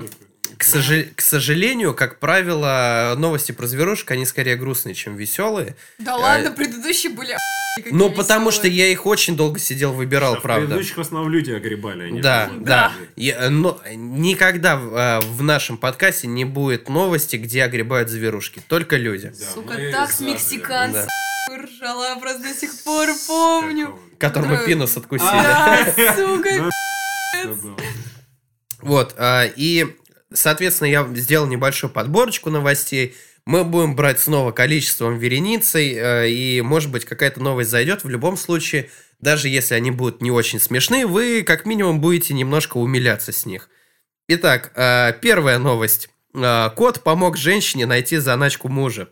B: к, сожа- к сожалению, как правило, новости про зверушек, они скорее грустные, чем веселые.
D: Да ладно, предыдущие были охуенные
B: Э, Ну,
D: какие
B: потому что
D: веселые.
B: я их очень долго сидел, выбирал,
F: А в
B: правда.
F: предыдущих в основном люди огребали. а не
B: Да,
F: люди.
B: да. Я- э, но никогда э, в нашем подкасте не будет новости, где огребают зверушки. Только люди.
F: Да,
D: Сука,
F: мы
D: так с
F: за-
D: мексиканцем
B: Да.
D: ржала, просто до сих пор помню.
F: Такого.
B: Которому
D: Да.
B: пинус откусили.
D: Да,
E: (laughs)
D: сука.
F: Да, да.
B: Вот, а, и, соответственно, я сделал небольшую подборочку новостей. Мы будем брать снова количеством вереницей, э, и, может быть, какая-то новость зайдет. В любом случае, даже если они будут не очень смешны, вы, как минимум, будете немножко умиляться с них. Итак, э, первая новость. Э, Кот помог женщине найти заначку мужа.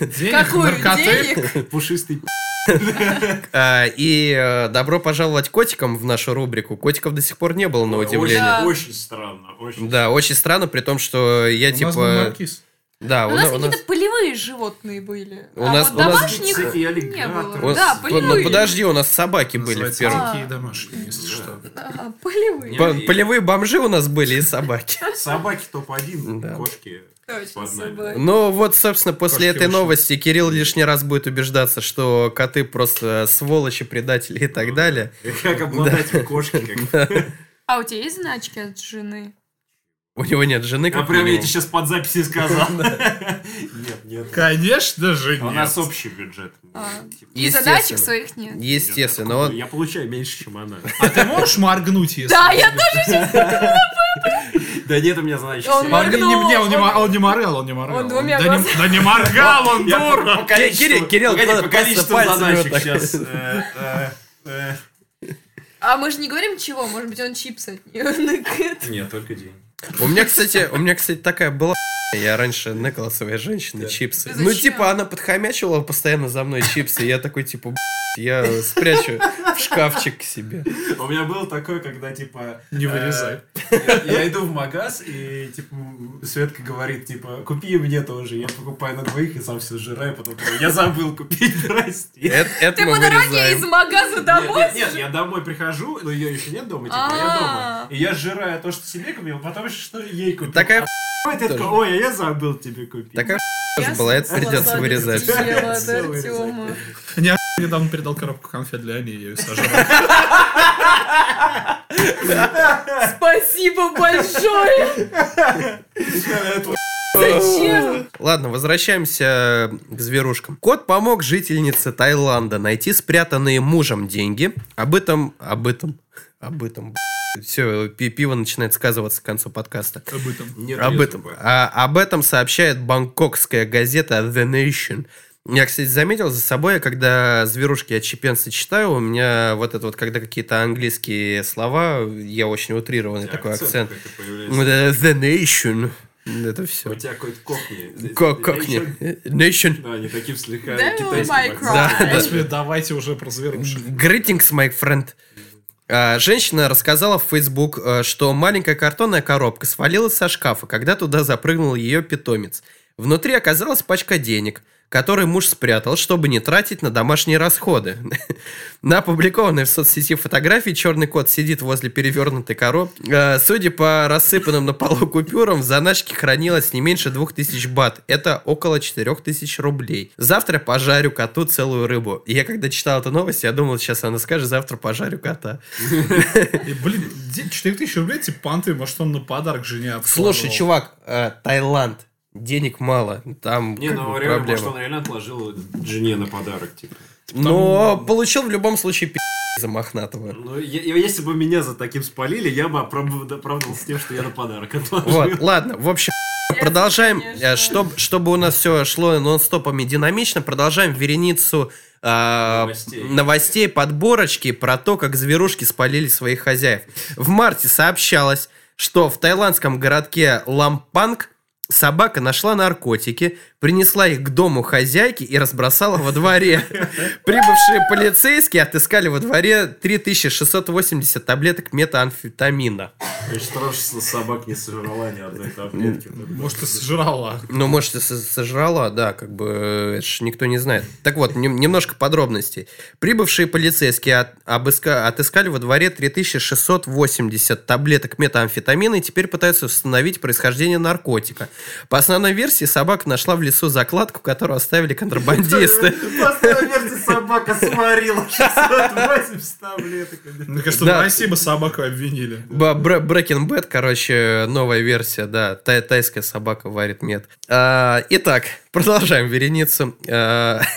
E: Денег,
D: Какую
E: наркоты.
D: денег?
F: Пушистый пи***.
B: Э, И э, добро пожаловать котикам в нашу рубрику. Котиков до сих пор не было, на удивление.
F: Очень, очень странно. Очень
B: Да, очень странно, при том, что я
E: У нас был
B: типа...
E: маркиз.
B: Да,
D: У
B: на-
D: нас какие-то полевые животные были.
B: У
D: а
B: нас-
D: вот
B: у нас
D: домашних
F: всякие
D: не
F: аллигаторы.
B: У
D: было.
B: нас-
D: Да,
B: ну,
D: полевые.
B: подожди, у нас собаки были в
E: Называется
B: первом.
E: «Дикие домашние», если что.
D: А, полевые.
B: По- Полевые бомжи у нас были и
D: (laughs)
B: собаки.
F: Собаки топ-1,
B: Да.
F: кошки.
D: Точно,
F: под нами.
D: собаки.
B: Ну вот, собственно, после
E: Кошки
B: этой
E: ушли.
B: новости Кирилл лишний раз будет убеждаться, что коты просто сволочи, предатели и так далее.
F: (laughs) Как обладатель кошки. Как...
D: А у тебя есть значки от жены?
B: У него нет
E: А
B: жены,
F: Я
B: как
F: прям я
B: минимум.
F: тебе сейчас под
B: (laughs)
F: записи сказал. Нет, нет.
E: Конечно же
F: У
E: нет.
F: нас общий бюджет.
D: А.
F: Типа,
D: И
B: Естественно.
D: задачек своих нет.
B: Естественно,
F: я-
B: он...
F: Я получаю меньше, чем она.
E: А ты можешь моргнуть, если...
D: Да, я тоже
F: Да нет, у меня значит.
D: Он
F: серия.
E: Он не, не- не, он не, мо- он не моргал, он не моргал.
D: Он двумя
E: да, не,
D: глазами.
E: да не моргал он,
F: Я
E: дура!
F: по- по количеству-
B: Кирилл, Кирилл,
F: погоди,
B: надо
F: по
B: просто
F: количеству
B: пальцами
F: заначек
B: вот так.
F: сейчас. э, э, э.
D: А мы же не говорим чего, может быть, он чипсы от нее накрыт.
F: Нет, только день.
B: У
E: (laughs)
B: меня, кстати, у меня, кстати, такая была... (laughs) Я раньше ныкала своей женщины чипсы.
D: Ты
B: Ну,
D: зачем?
B: типа, она подхомячивала постоянно за мной чипсы. и Я такой, типа, (laughs) «Б***ь, я спрячу в шкафчик к себе.
F: У меня было такое, когда типа...
E: Не
F: э,
E: вырезай.
F: я- Я иду в магаз, и типа м, Светка говорит, типа, купи мне тоже. Я покупаю на двоих и сам все жираю, потом говорю, я забыл купить, прости.
B: Это, это
D: Ты
B: мы
D: по дороге
B: вырезаем.
D: из магаза домой?
F: Нет, нет, я домой прихожу, но ее еще нет дома, типа, я
D: А-а-а.
F: дома. И я жираю то, что себе купил, потом еще что ей купил.
B: Такая
F: Ой, ты такой,
B: тоже.
F: ой, а я забыл тебе купить.
B: Такая
D: Я
B: тоже была, это придется
D: сладости
B: вырезать.
D: ела от
F: Всё вырезать.
D: Артёма.
E: Недавно передал коробку конфет для Ани, я ее сажал.
D: Спасибо большое!
B: (laughs)
D: Зачем?
B: Ладно, возвращаемся э, к зверушкам. Кот помог жительнице Таиланда найти спрятанные мужем деньги. Об этом, об этом, об этом. Все, пиво начинает сказываться к концу подкаста.
E: Об этом.
F: Нет,
B: Об
F: нет,
B: этом, а, об этом сообщает бангкокская газета The Nation. Я, кстати, заметил за собой, когда зверушки отщепенцы читаю, у меня вот это вот, когда какие-то английские слова, я очень утрированный такой акцент.
F: какой-то появляется.
B: Вот это The Nation. Это все.
F: У тебя какой-то кокни.
B: Как не? Nation.
F: Да, они таким слегка
D: Devil May
F: китайским.
D: Cry.
B: Да, да.
E: Господи, давайте уже про зверушек.
B: Greetings, my friend. А, Женщина рассказала в Facebook, э, что маленькая картонная коробка свалилась со шкафа, когда туда запрыгнул ее питомец. Внутри оказалась пачка денег. который муж спрятал, чтобы не тратить на домашние расходы. (laughs) На опубликованной в соцсети фотографии черный кот сидит возле перевернутой коробки. Э, Судя по рассыпанным на полу купюрам, в заначке хранилось не меньше 2000 бат. Это около 4000 рублей. Завтра пожарю коту целую рыбу. И я когда читал эту новость, я думал, сейчас она скажет, завтра пожарю кота.
E: И, блин, де- 4000 рублей, типа, панты, может, он на подарок жене откладывал.
B: Слушай, чувак, э, Таиланд. Денег мало, там
F: Не,
B: как
F: ну
B: бы
F: реально,
B: проблема.
F: может, он реально отложил жене на подарок, типа.
B: Но получил в любом случае пи*** за Мохнатого.
F: Ну, я- я- если бы меня за таким спалили, я бы оправдывал- оправдывался тем, что я на подарок отложил.
B: Вот, ладно, в общем, продолжаем.
D: конечно.
B: Э, чтоб- чтобы у нас все шло нон-стопом и динамично, продолжаем вереницу э,
F: Новостей.
B: новостей, подборочки про то, как зверушки спалили своих хозяев. В марте сообщалось, что в таиландском городке Лампанг собака нашла наркотики, принесла их к дому хозяйки и разбросала во дворе. Прибывшие полицейские отыскали во дворе 3680 таблеток метамфетамина.
F: Что ж собак не сожрала ни одной таблетки.
E: Может, и сожрала.
B: Ну, может, и со- сожрала, да, как бы, э, это ж никто не знает. Так вот, нем- немножко подробностей. Прибывшие полицейские от- обыска- отыскали во дворе 3680 таблеток метамфетамина и теперь пытаются установить происхождение наркотика. По основной версии, собака нашла в лесу закладку, которую оставили контрабандисты.
F: Просто верьте, собака сварила 680 таблеток.
E: Мне кажется,
B: Да.
E: в России бы собаку обвинили.
B: Брекинг Бэт, короче, новая версия, да. Тай- Тайская собака варит мед. А, Итак, продолжаем вереницу. А, (laughs)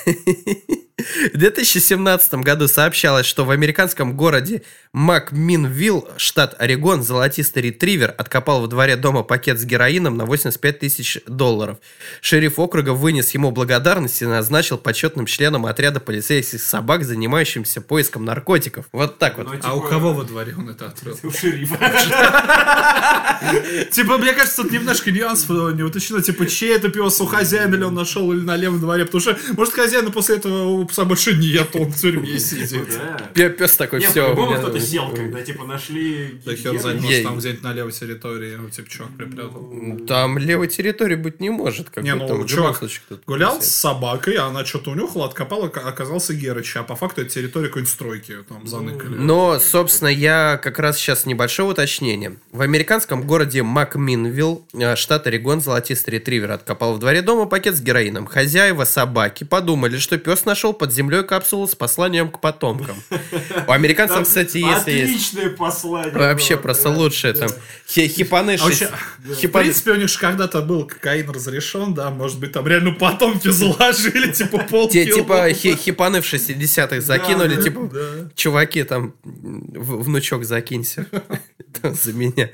B: В 2017 году сообщалось, что в американском городе Макминвилл, штат Орегон, золотистый ретривер откопал во дворе дома пакет с героином на 85 тысяч долларов. Шериф округа вынес ему благодарность и назначил почетным членом отряда полицейских собак, занимающимся поиском наркотиков. Вот так
F: Ну,
B: вот.
E: А у кого во дворе он это открыл?
F: У шерифа.
B: (laughs)
E: Типа, мне кажется, тут немножко нюансов э, не уточнено. Типа, чей это пес, у хозяина ли он нашел или на левом дворе. Потому что, может, хозяина после этого у пса больше нет, он в тюрьме сидит.
F: Да.
B: Пес такой,
F: Нет,
B: все.
F: по-любому кто-то сел, когда, типа, нашли...
E: Так хер
F: гены.
E: знает,
B: Ей.
E: может, там где-нибудь на левой территории его типа чувак припрятал.
B: Там левой территории быть не может. Как
E: Не,
B: бы
E: ну,
B: там в любом
E: чувак
B: случае кто-то
E: Гулял с
B: писает.
E: собакой, а она что-то унюхала, откопала, ока- оказался Герыч. А по факту это территория какой-нибудь стройки, там заныкали.
B: Но, собственно, я как раз сейчас небольшое уточнение. В американском городе Макминвилл, э, штат Орегон, золотистый ретривер откопал в дворе дома пакет с героином. Хозяева собаки подумали, что пес нашел под землей капсулу с посланием к потомкам. У американцев, кстати, если есть...
F: Отличное послание.
B: Вообще
F: было,
B: просто
F: да.
B: лучшее там. Хи- Хипаны...
E: А
B: шесть-
E: вообще, В
B: хипаны-
E: принципе, у них же когда-то был кокаин разрешен, да, может быть, там реально потомки заложили, типа
B: Те,
E: полкило.
B: типа, хи- хипаны в 60-х закинули, типа,
E: Да.
B: чуваки, там, в- внучок закинься (laughs) Там за меня.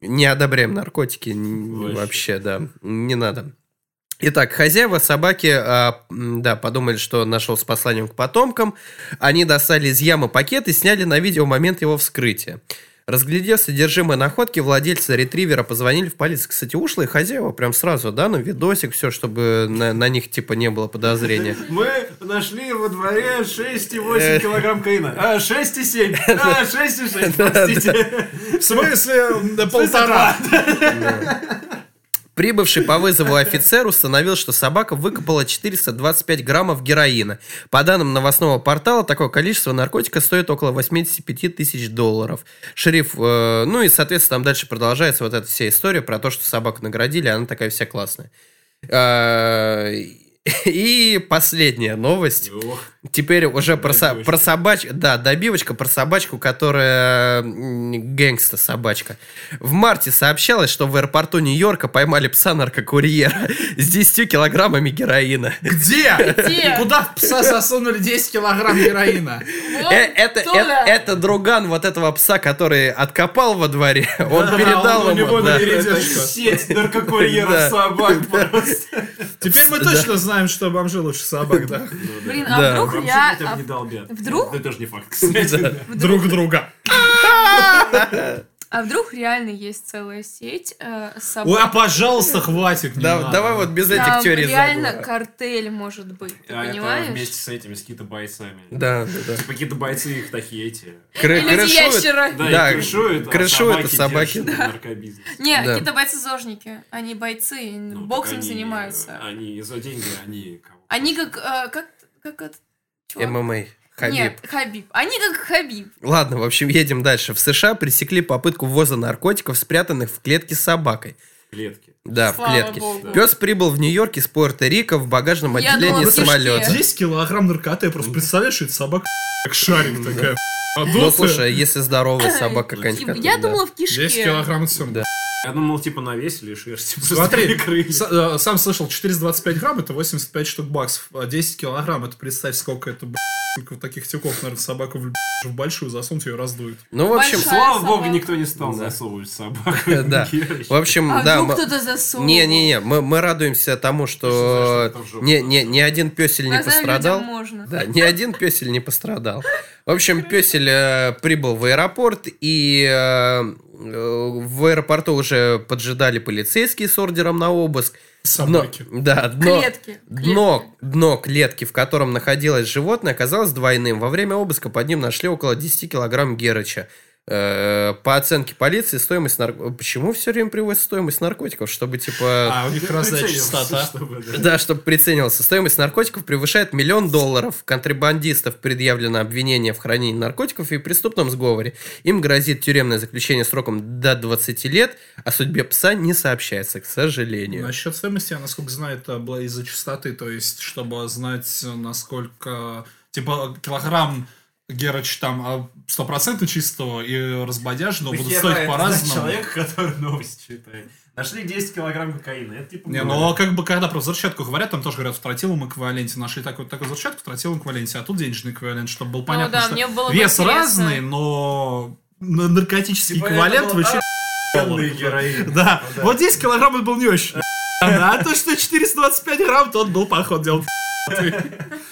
B: Не одобряем наркотики н-
F: Вообще.
B: вообще, да, не надо. Итак, хозяева собаки, а, м, да, подумали, что нашел с посланием к потомкам. Они достали из ямы пакет и сняли на видео момент его вскрытия. Разглядев содержимое находки, владельцы ретривера позвонили в полицию. Кстати, ушлые хозяева прям сразу, да, на видосик, все, чтобы на, на них, типа, не было подозрения.
F: Мы нашли во дворе
B: Э.
F: 6,8 килограмм каина.
B: (laughs)
F: А, 6,7. А, 6,6, простите.
E: В смысле, на полтора?
B: Прибывший по вызову офицер установил, что собака выкопала 425 граммов героина. По данным новостного портала, такое количество наркотика стоит около 85 тысяч долларов. Шериф, э, ну и, соответственно, там дальше продолжается вот эта вся история про то, что собаку наградили, она такая вся классная. Э, И последняя новость.
F: Ох,
B: Теперь уже про, со-
F: Добивочка.
B: про собачку. Да, добивочка про собачку, которая м, гэнгста собачка. В марте сообщалось, что в аэропорту Нью-Йорка поймали пса-наркокурьера (laughs) с 10 килограммами героина.
E: Где?
D: Где?
E: Куда в пса засунули 10 килограмм героина?
D: Вот
B: Э, это,
D: кто
B: э-
D: да?
B: это друган вот этого пса, который откопал во
E: (laughs)
B: дворе. Он передал
E: он у
B: ему.
E: него
B: да.
E: на вере-
F: это типа.
E: Передержка.
F: сеть наркокурьеров
B: Да.
F: собак просто.
E: Теперь мы точно знаем, что бомжи лучше собак, да?
D: Блин, а
B: Да.
D: вдруг
F: Вообще
D: я...
F: хотя бы
D: а
F: не долбят.
D: вдруг?
F: Это тоже не факт, кстати.
E: Друг друга.
D: А вдруг реально есть целая сеть э,
E: Ой, а
D: собак?
E: пожалуйста, хватит. не
B: Да,
E: надо.
B: давай вот без этих
D: Там
B: теорий
D: реально
B: заговора.
D: картель может быть, ты
F: А это вместе
D: понимаешь?
F: с этими, с китобойцами.
B: Да, да, да.
F: Какие-то бойцы их такие эти.
B: Кры-
D: Или эти
B: крышуют-
D: ящеры.
F: Да,
B: Да,
F: и крышуют, а
B: крышуют, а собаки-
F: держат наркобизнес.
D: Не,
B: Да.
D: какие-то бойцы-зожники. Они бойцы,
F: Ну, так
D: боксом
F: они- а,
D: занимаются.
F: Они за деньги, они кого
D: Они как... э, как, как этот чувак?
B: ММА. Хабиб.
D: Нет, Хабиб. Они как Хабиб.
B: Ладно, в общем, едем дальше. В США пресекли попытку ввоза наркотиков, спрятанных в клетке с собакой.
H: Клетки.
B: Да,
D: Слава
B: в клетке.
D: богу.
B: Пес прибыл в Нью-Йорк из Пуэрто-Рико в багажном
D: Я
B: отделении
D: думала, в кишке.
B: самолета.
G: 10 килограмм наркоты, я просто представляешь, что это
E: (laughs)
G: собака как шарик такая.
B: Ну,
G: Адуция.
B: слушай, если здоровая
D: (laughs)
B: собака,
D: Типа,
B: конечно.
D: Я
B: да.
D: думала в
E: 10
D: кишке.
E: килограмм это всё.
B: Да.
H: Я думал, типа навесили шерсть.
E: Смотри, (laughs) с- э, сам слышал, 425 грамм это 85 штук баксов, а 10 килограмм это представь, сколько это, б***ь, сколько таких тюков, наверное, собаку в, в большую засунуть, ее раздует.
B: Ну, в общем,
D: Большая
H: Слава богу,
D: собака.
H: никто не стал засовывать собаку.
B: (laughs) да. В общем,
D: А
B: да.
D: вдруг
B: мы-
D: кто-то засунул?
B: Не-не-не, мы, мы радуемся тому, что не, не, ни один песель не
D: Глазам людям
B: пострадал.
D: можно.
B: Да, ни один песель не пострадал. В общем, песель э, прибыл в аэропорт, и э, э, в аэропорту уже поджидали полицейские с ордером на обыск.
E: Собаки.
B: Но- да, дно,
D: Клетки,
B: Дно, дно клетки, в котором находилось животное, оказалось двойным. Во время обыска под ним нашли около 10 килограмм герыча. Э, По оценке полиции, стоимость наркотиков... Почему все время приводят стоимость наркотиков? Чтобы, типа...
E: А у
H: ну,
E: них разная частота.
B: Да, чтобы приценивался. Стоимость наркотиков превышает миллион долларов. Контрабандистов предъявлено обвинение в хранении наркотиков и преступном сговоре. Им грозит тюремное заключение сроком до 20 лет. О судьбе пса не сообщается, к сожалению.
E: Насчет стоимости, я насколько знаю, это было из-за частоты, то есть, чтобы знать, э, насколько, типа, килограмм Герыч там а, стопроцентно чистого и разбодяжного будут стоить по-разному.
H: Человек, который новости читает. Нашли 10 килограмм кокаина. Это типа...
E: Не,
H: много.
E: ну а как бы когда про взрывчатку говорят, там тоже говорят в тротиловом эквиваленте. Нашли такой, такую взрывчатку в тротиловом эквиваленте, а тут денежный эквивалент, чтобы был понятно,
D: Ну да,
E: что
D: мне было бы
E: вес
D: интересно.
E: разный, но на- наркотический
H: Типа,
E: эквивалент
H: это
E: вы
H: было,
E: чё-
H: Ценный героин.
E: Да, вот 10 килограмм это был не очень. А то, что 425 грамм, тот был поход делал.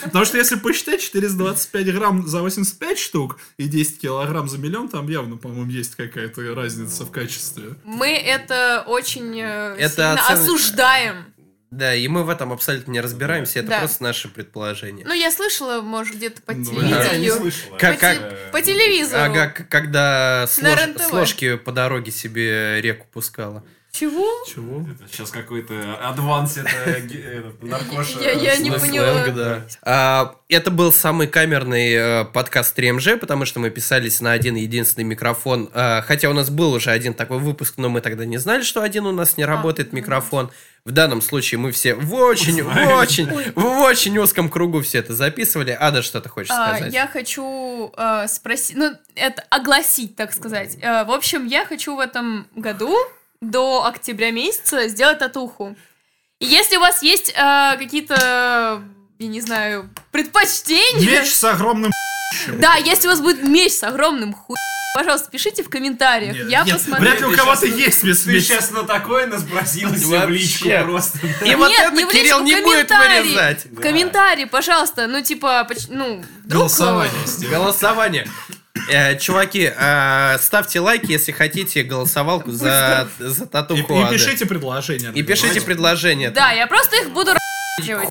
E: Потому что если посчитать 425 грамм за 85 штук и 10 килограмм за миллион, там явно, по-моему, есть какая-то разница в качестве.
D: Мы это очень э,
B: Это
D: сильно
B: оцен-
D: осуждаем.
B: Да, и мы в этом абсолютно не разбираемся. Это
D: Да.
B: просто наше предположение.
D: Ну, я слышала, может, где-то по
E: Ну,
H: Я не
D: телевизору.
H: слышал.
D: По
B: Как- как-
D: те- По телевизору.
B: Ага, к- когда с, лож-
D: РЕН-ТВ.
B: с ложки по дороге себе реку пускала.
D: Чего?
E: Чего?
H: Сейчас какой-то адванс, это ге- этот, наркоша.
D: Я- я не
B: Ну,
D: поняла.
B: сленг, да. А, это был самый камерный э, подкаст 3МЖ, потому что мы писались на один единственный микрофон. А, хотя у нас был уже один такой выпуск, но мы тогда не знали, что один у нас
D: А,
B: не работает
D: ну
B: микрофон. В данном случае мы все в очень, в очень, в очень узком кругу все это записывали. Ада, что ты хочешь
D: А,
B: сказать?
D: Я хочу э, спросить, ну, это огласить, так сказать. Э, в общем, я хочу в этом году до октября месяца сделать татуху. И если у вас есть э, какие-то, я не знаю, предпочтения...
E: Меч с огромным
D: Да, если у вас будет меч с огромным хуй, пожалуйста, пишите в комментариях.
E: Нет,
D: я
E: нет,
D: посмотрю.
E: Вряд ли у
H: Ты
E: кого-то
H: щас-
E: есть вес
H: Ты
E: меч.
H: сейчас на такое нас бросилась в личку
B: Вообще.
H: просто.
B: И вот
D: Нет,
B: это
D: не в личку,
B: Кирилл
D: в
B: не будет
D: комментарии.
B: вырезать.
D: В комментарии, пожалуйста, ну типа, поч- ну, вдруг...
E: Голосование сделать.
B: Голосование. Э, чуваки, э, ставьте лайки, если хотите голосовалку за, за
E: И,
B: татуху
E: и
B: Ады.
E: пишите предложение.
B: И пишите предложения.
D: Да, я просто их буду разжевать.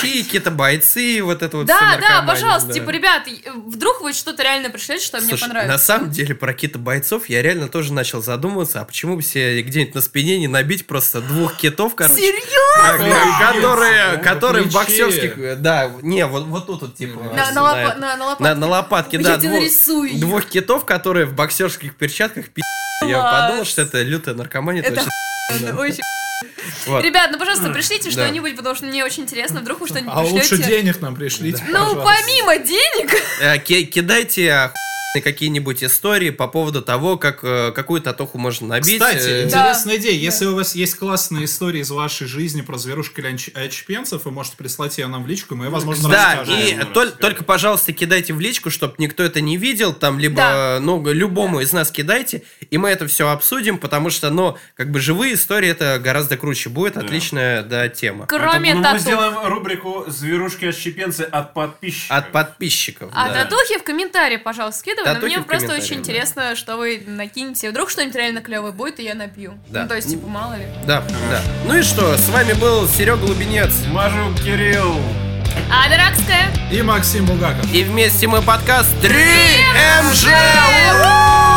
B: Чики, какие-то бойцы, вот это вот всё
D: Да, да,
B: наркомания,
D: пожалуйста,
B: да.
D: типа, ребят, и- вдруг вы что-то реально пришлете, что мне
B: Слушай, на
D: понравится.
B: самом деле про кита бойцов я реально тоже начал задумываться, а почему бы себе где-нибудь на спине не набить просто двух китов, короче,
D: Серьезно?
B: а, а, которые, которые в
E: на плече.
B: боксерских, э, да, не, вот, вот тут вот типа
D: На,
B: э,
D: на лопа-
B: это.
D: на- на
B: на,
D: лопатке.
B: на лопатке,
D: Я
B: да,
D: тебе
B: двух,
D: нарисую их.
B: двух китов, которые в боксерских перчатках пи***. Я
D: Класс.
B: подумал, что это лютая наркомания.
D: Это
B: точно.
D: Это очень-
B: Вот.
D: Ребят, ну, пожалуйста, пришлите
B: Да.
D: что-нибудь, потому что мне очень интересно, вдруг вы что-нибудь
E: А лучше
D: пришлете.
E: денег нам пришлите,
D: Ну,
E: пожалуйста.
D: помимо денег, (laughs)
B: Э, ки- Кидайте охуенные какие-нибудь истории по поводу того, как э, какую татуху можно набить.
E: Кстати,
B: Э,
D: Да.
E: интересная идея. Если у вас есть классные истории из вашей жизни про зверушек или анч- очпенцев, вы можете прислать ее нам в личку, мы, возможно,
B: Да,
E: расскажем.
B: и
H: Расскажем,
B: тол-
H: расскажем.
B: только, пожалуйста, кидайте в личку, чтобы никто это не видел, там, либо,
D: Да.
B: э, ну, любому из нас кидайте, и мы это все обсудим, потому что, ну, как бы живые истории, это гораздо круче будет, отличная, да, тема.
D: кроме
H: Ну, Мы
D: тату.
H: сделаем рубрику «Зверушки-отщепенцы от подписчиков».
B: От подписчиков,
D: А
B: да.
D: татухи в комментарии, пожалуйста, скидывай. Но
B: Татухи
D: мне
B: в
D: просто
B: комментарии,
D: очень
B: да.
D: интересно, что вы накинете. Вдруг что-нибудь реально клевое будет, и я напью.
B: Да.
D: Ну, то есть, типа, мало ли.
B: Да, да. Ну и что, с вами был Серега Лубенец,
H: Мажу Кирилл.
D: А, Даракская!
E: И Максим Булгаков.
B: и вместе мы подкаст 3МЖ! Ура!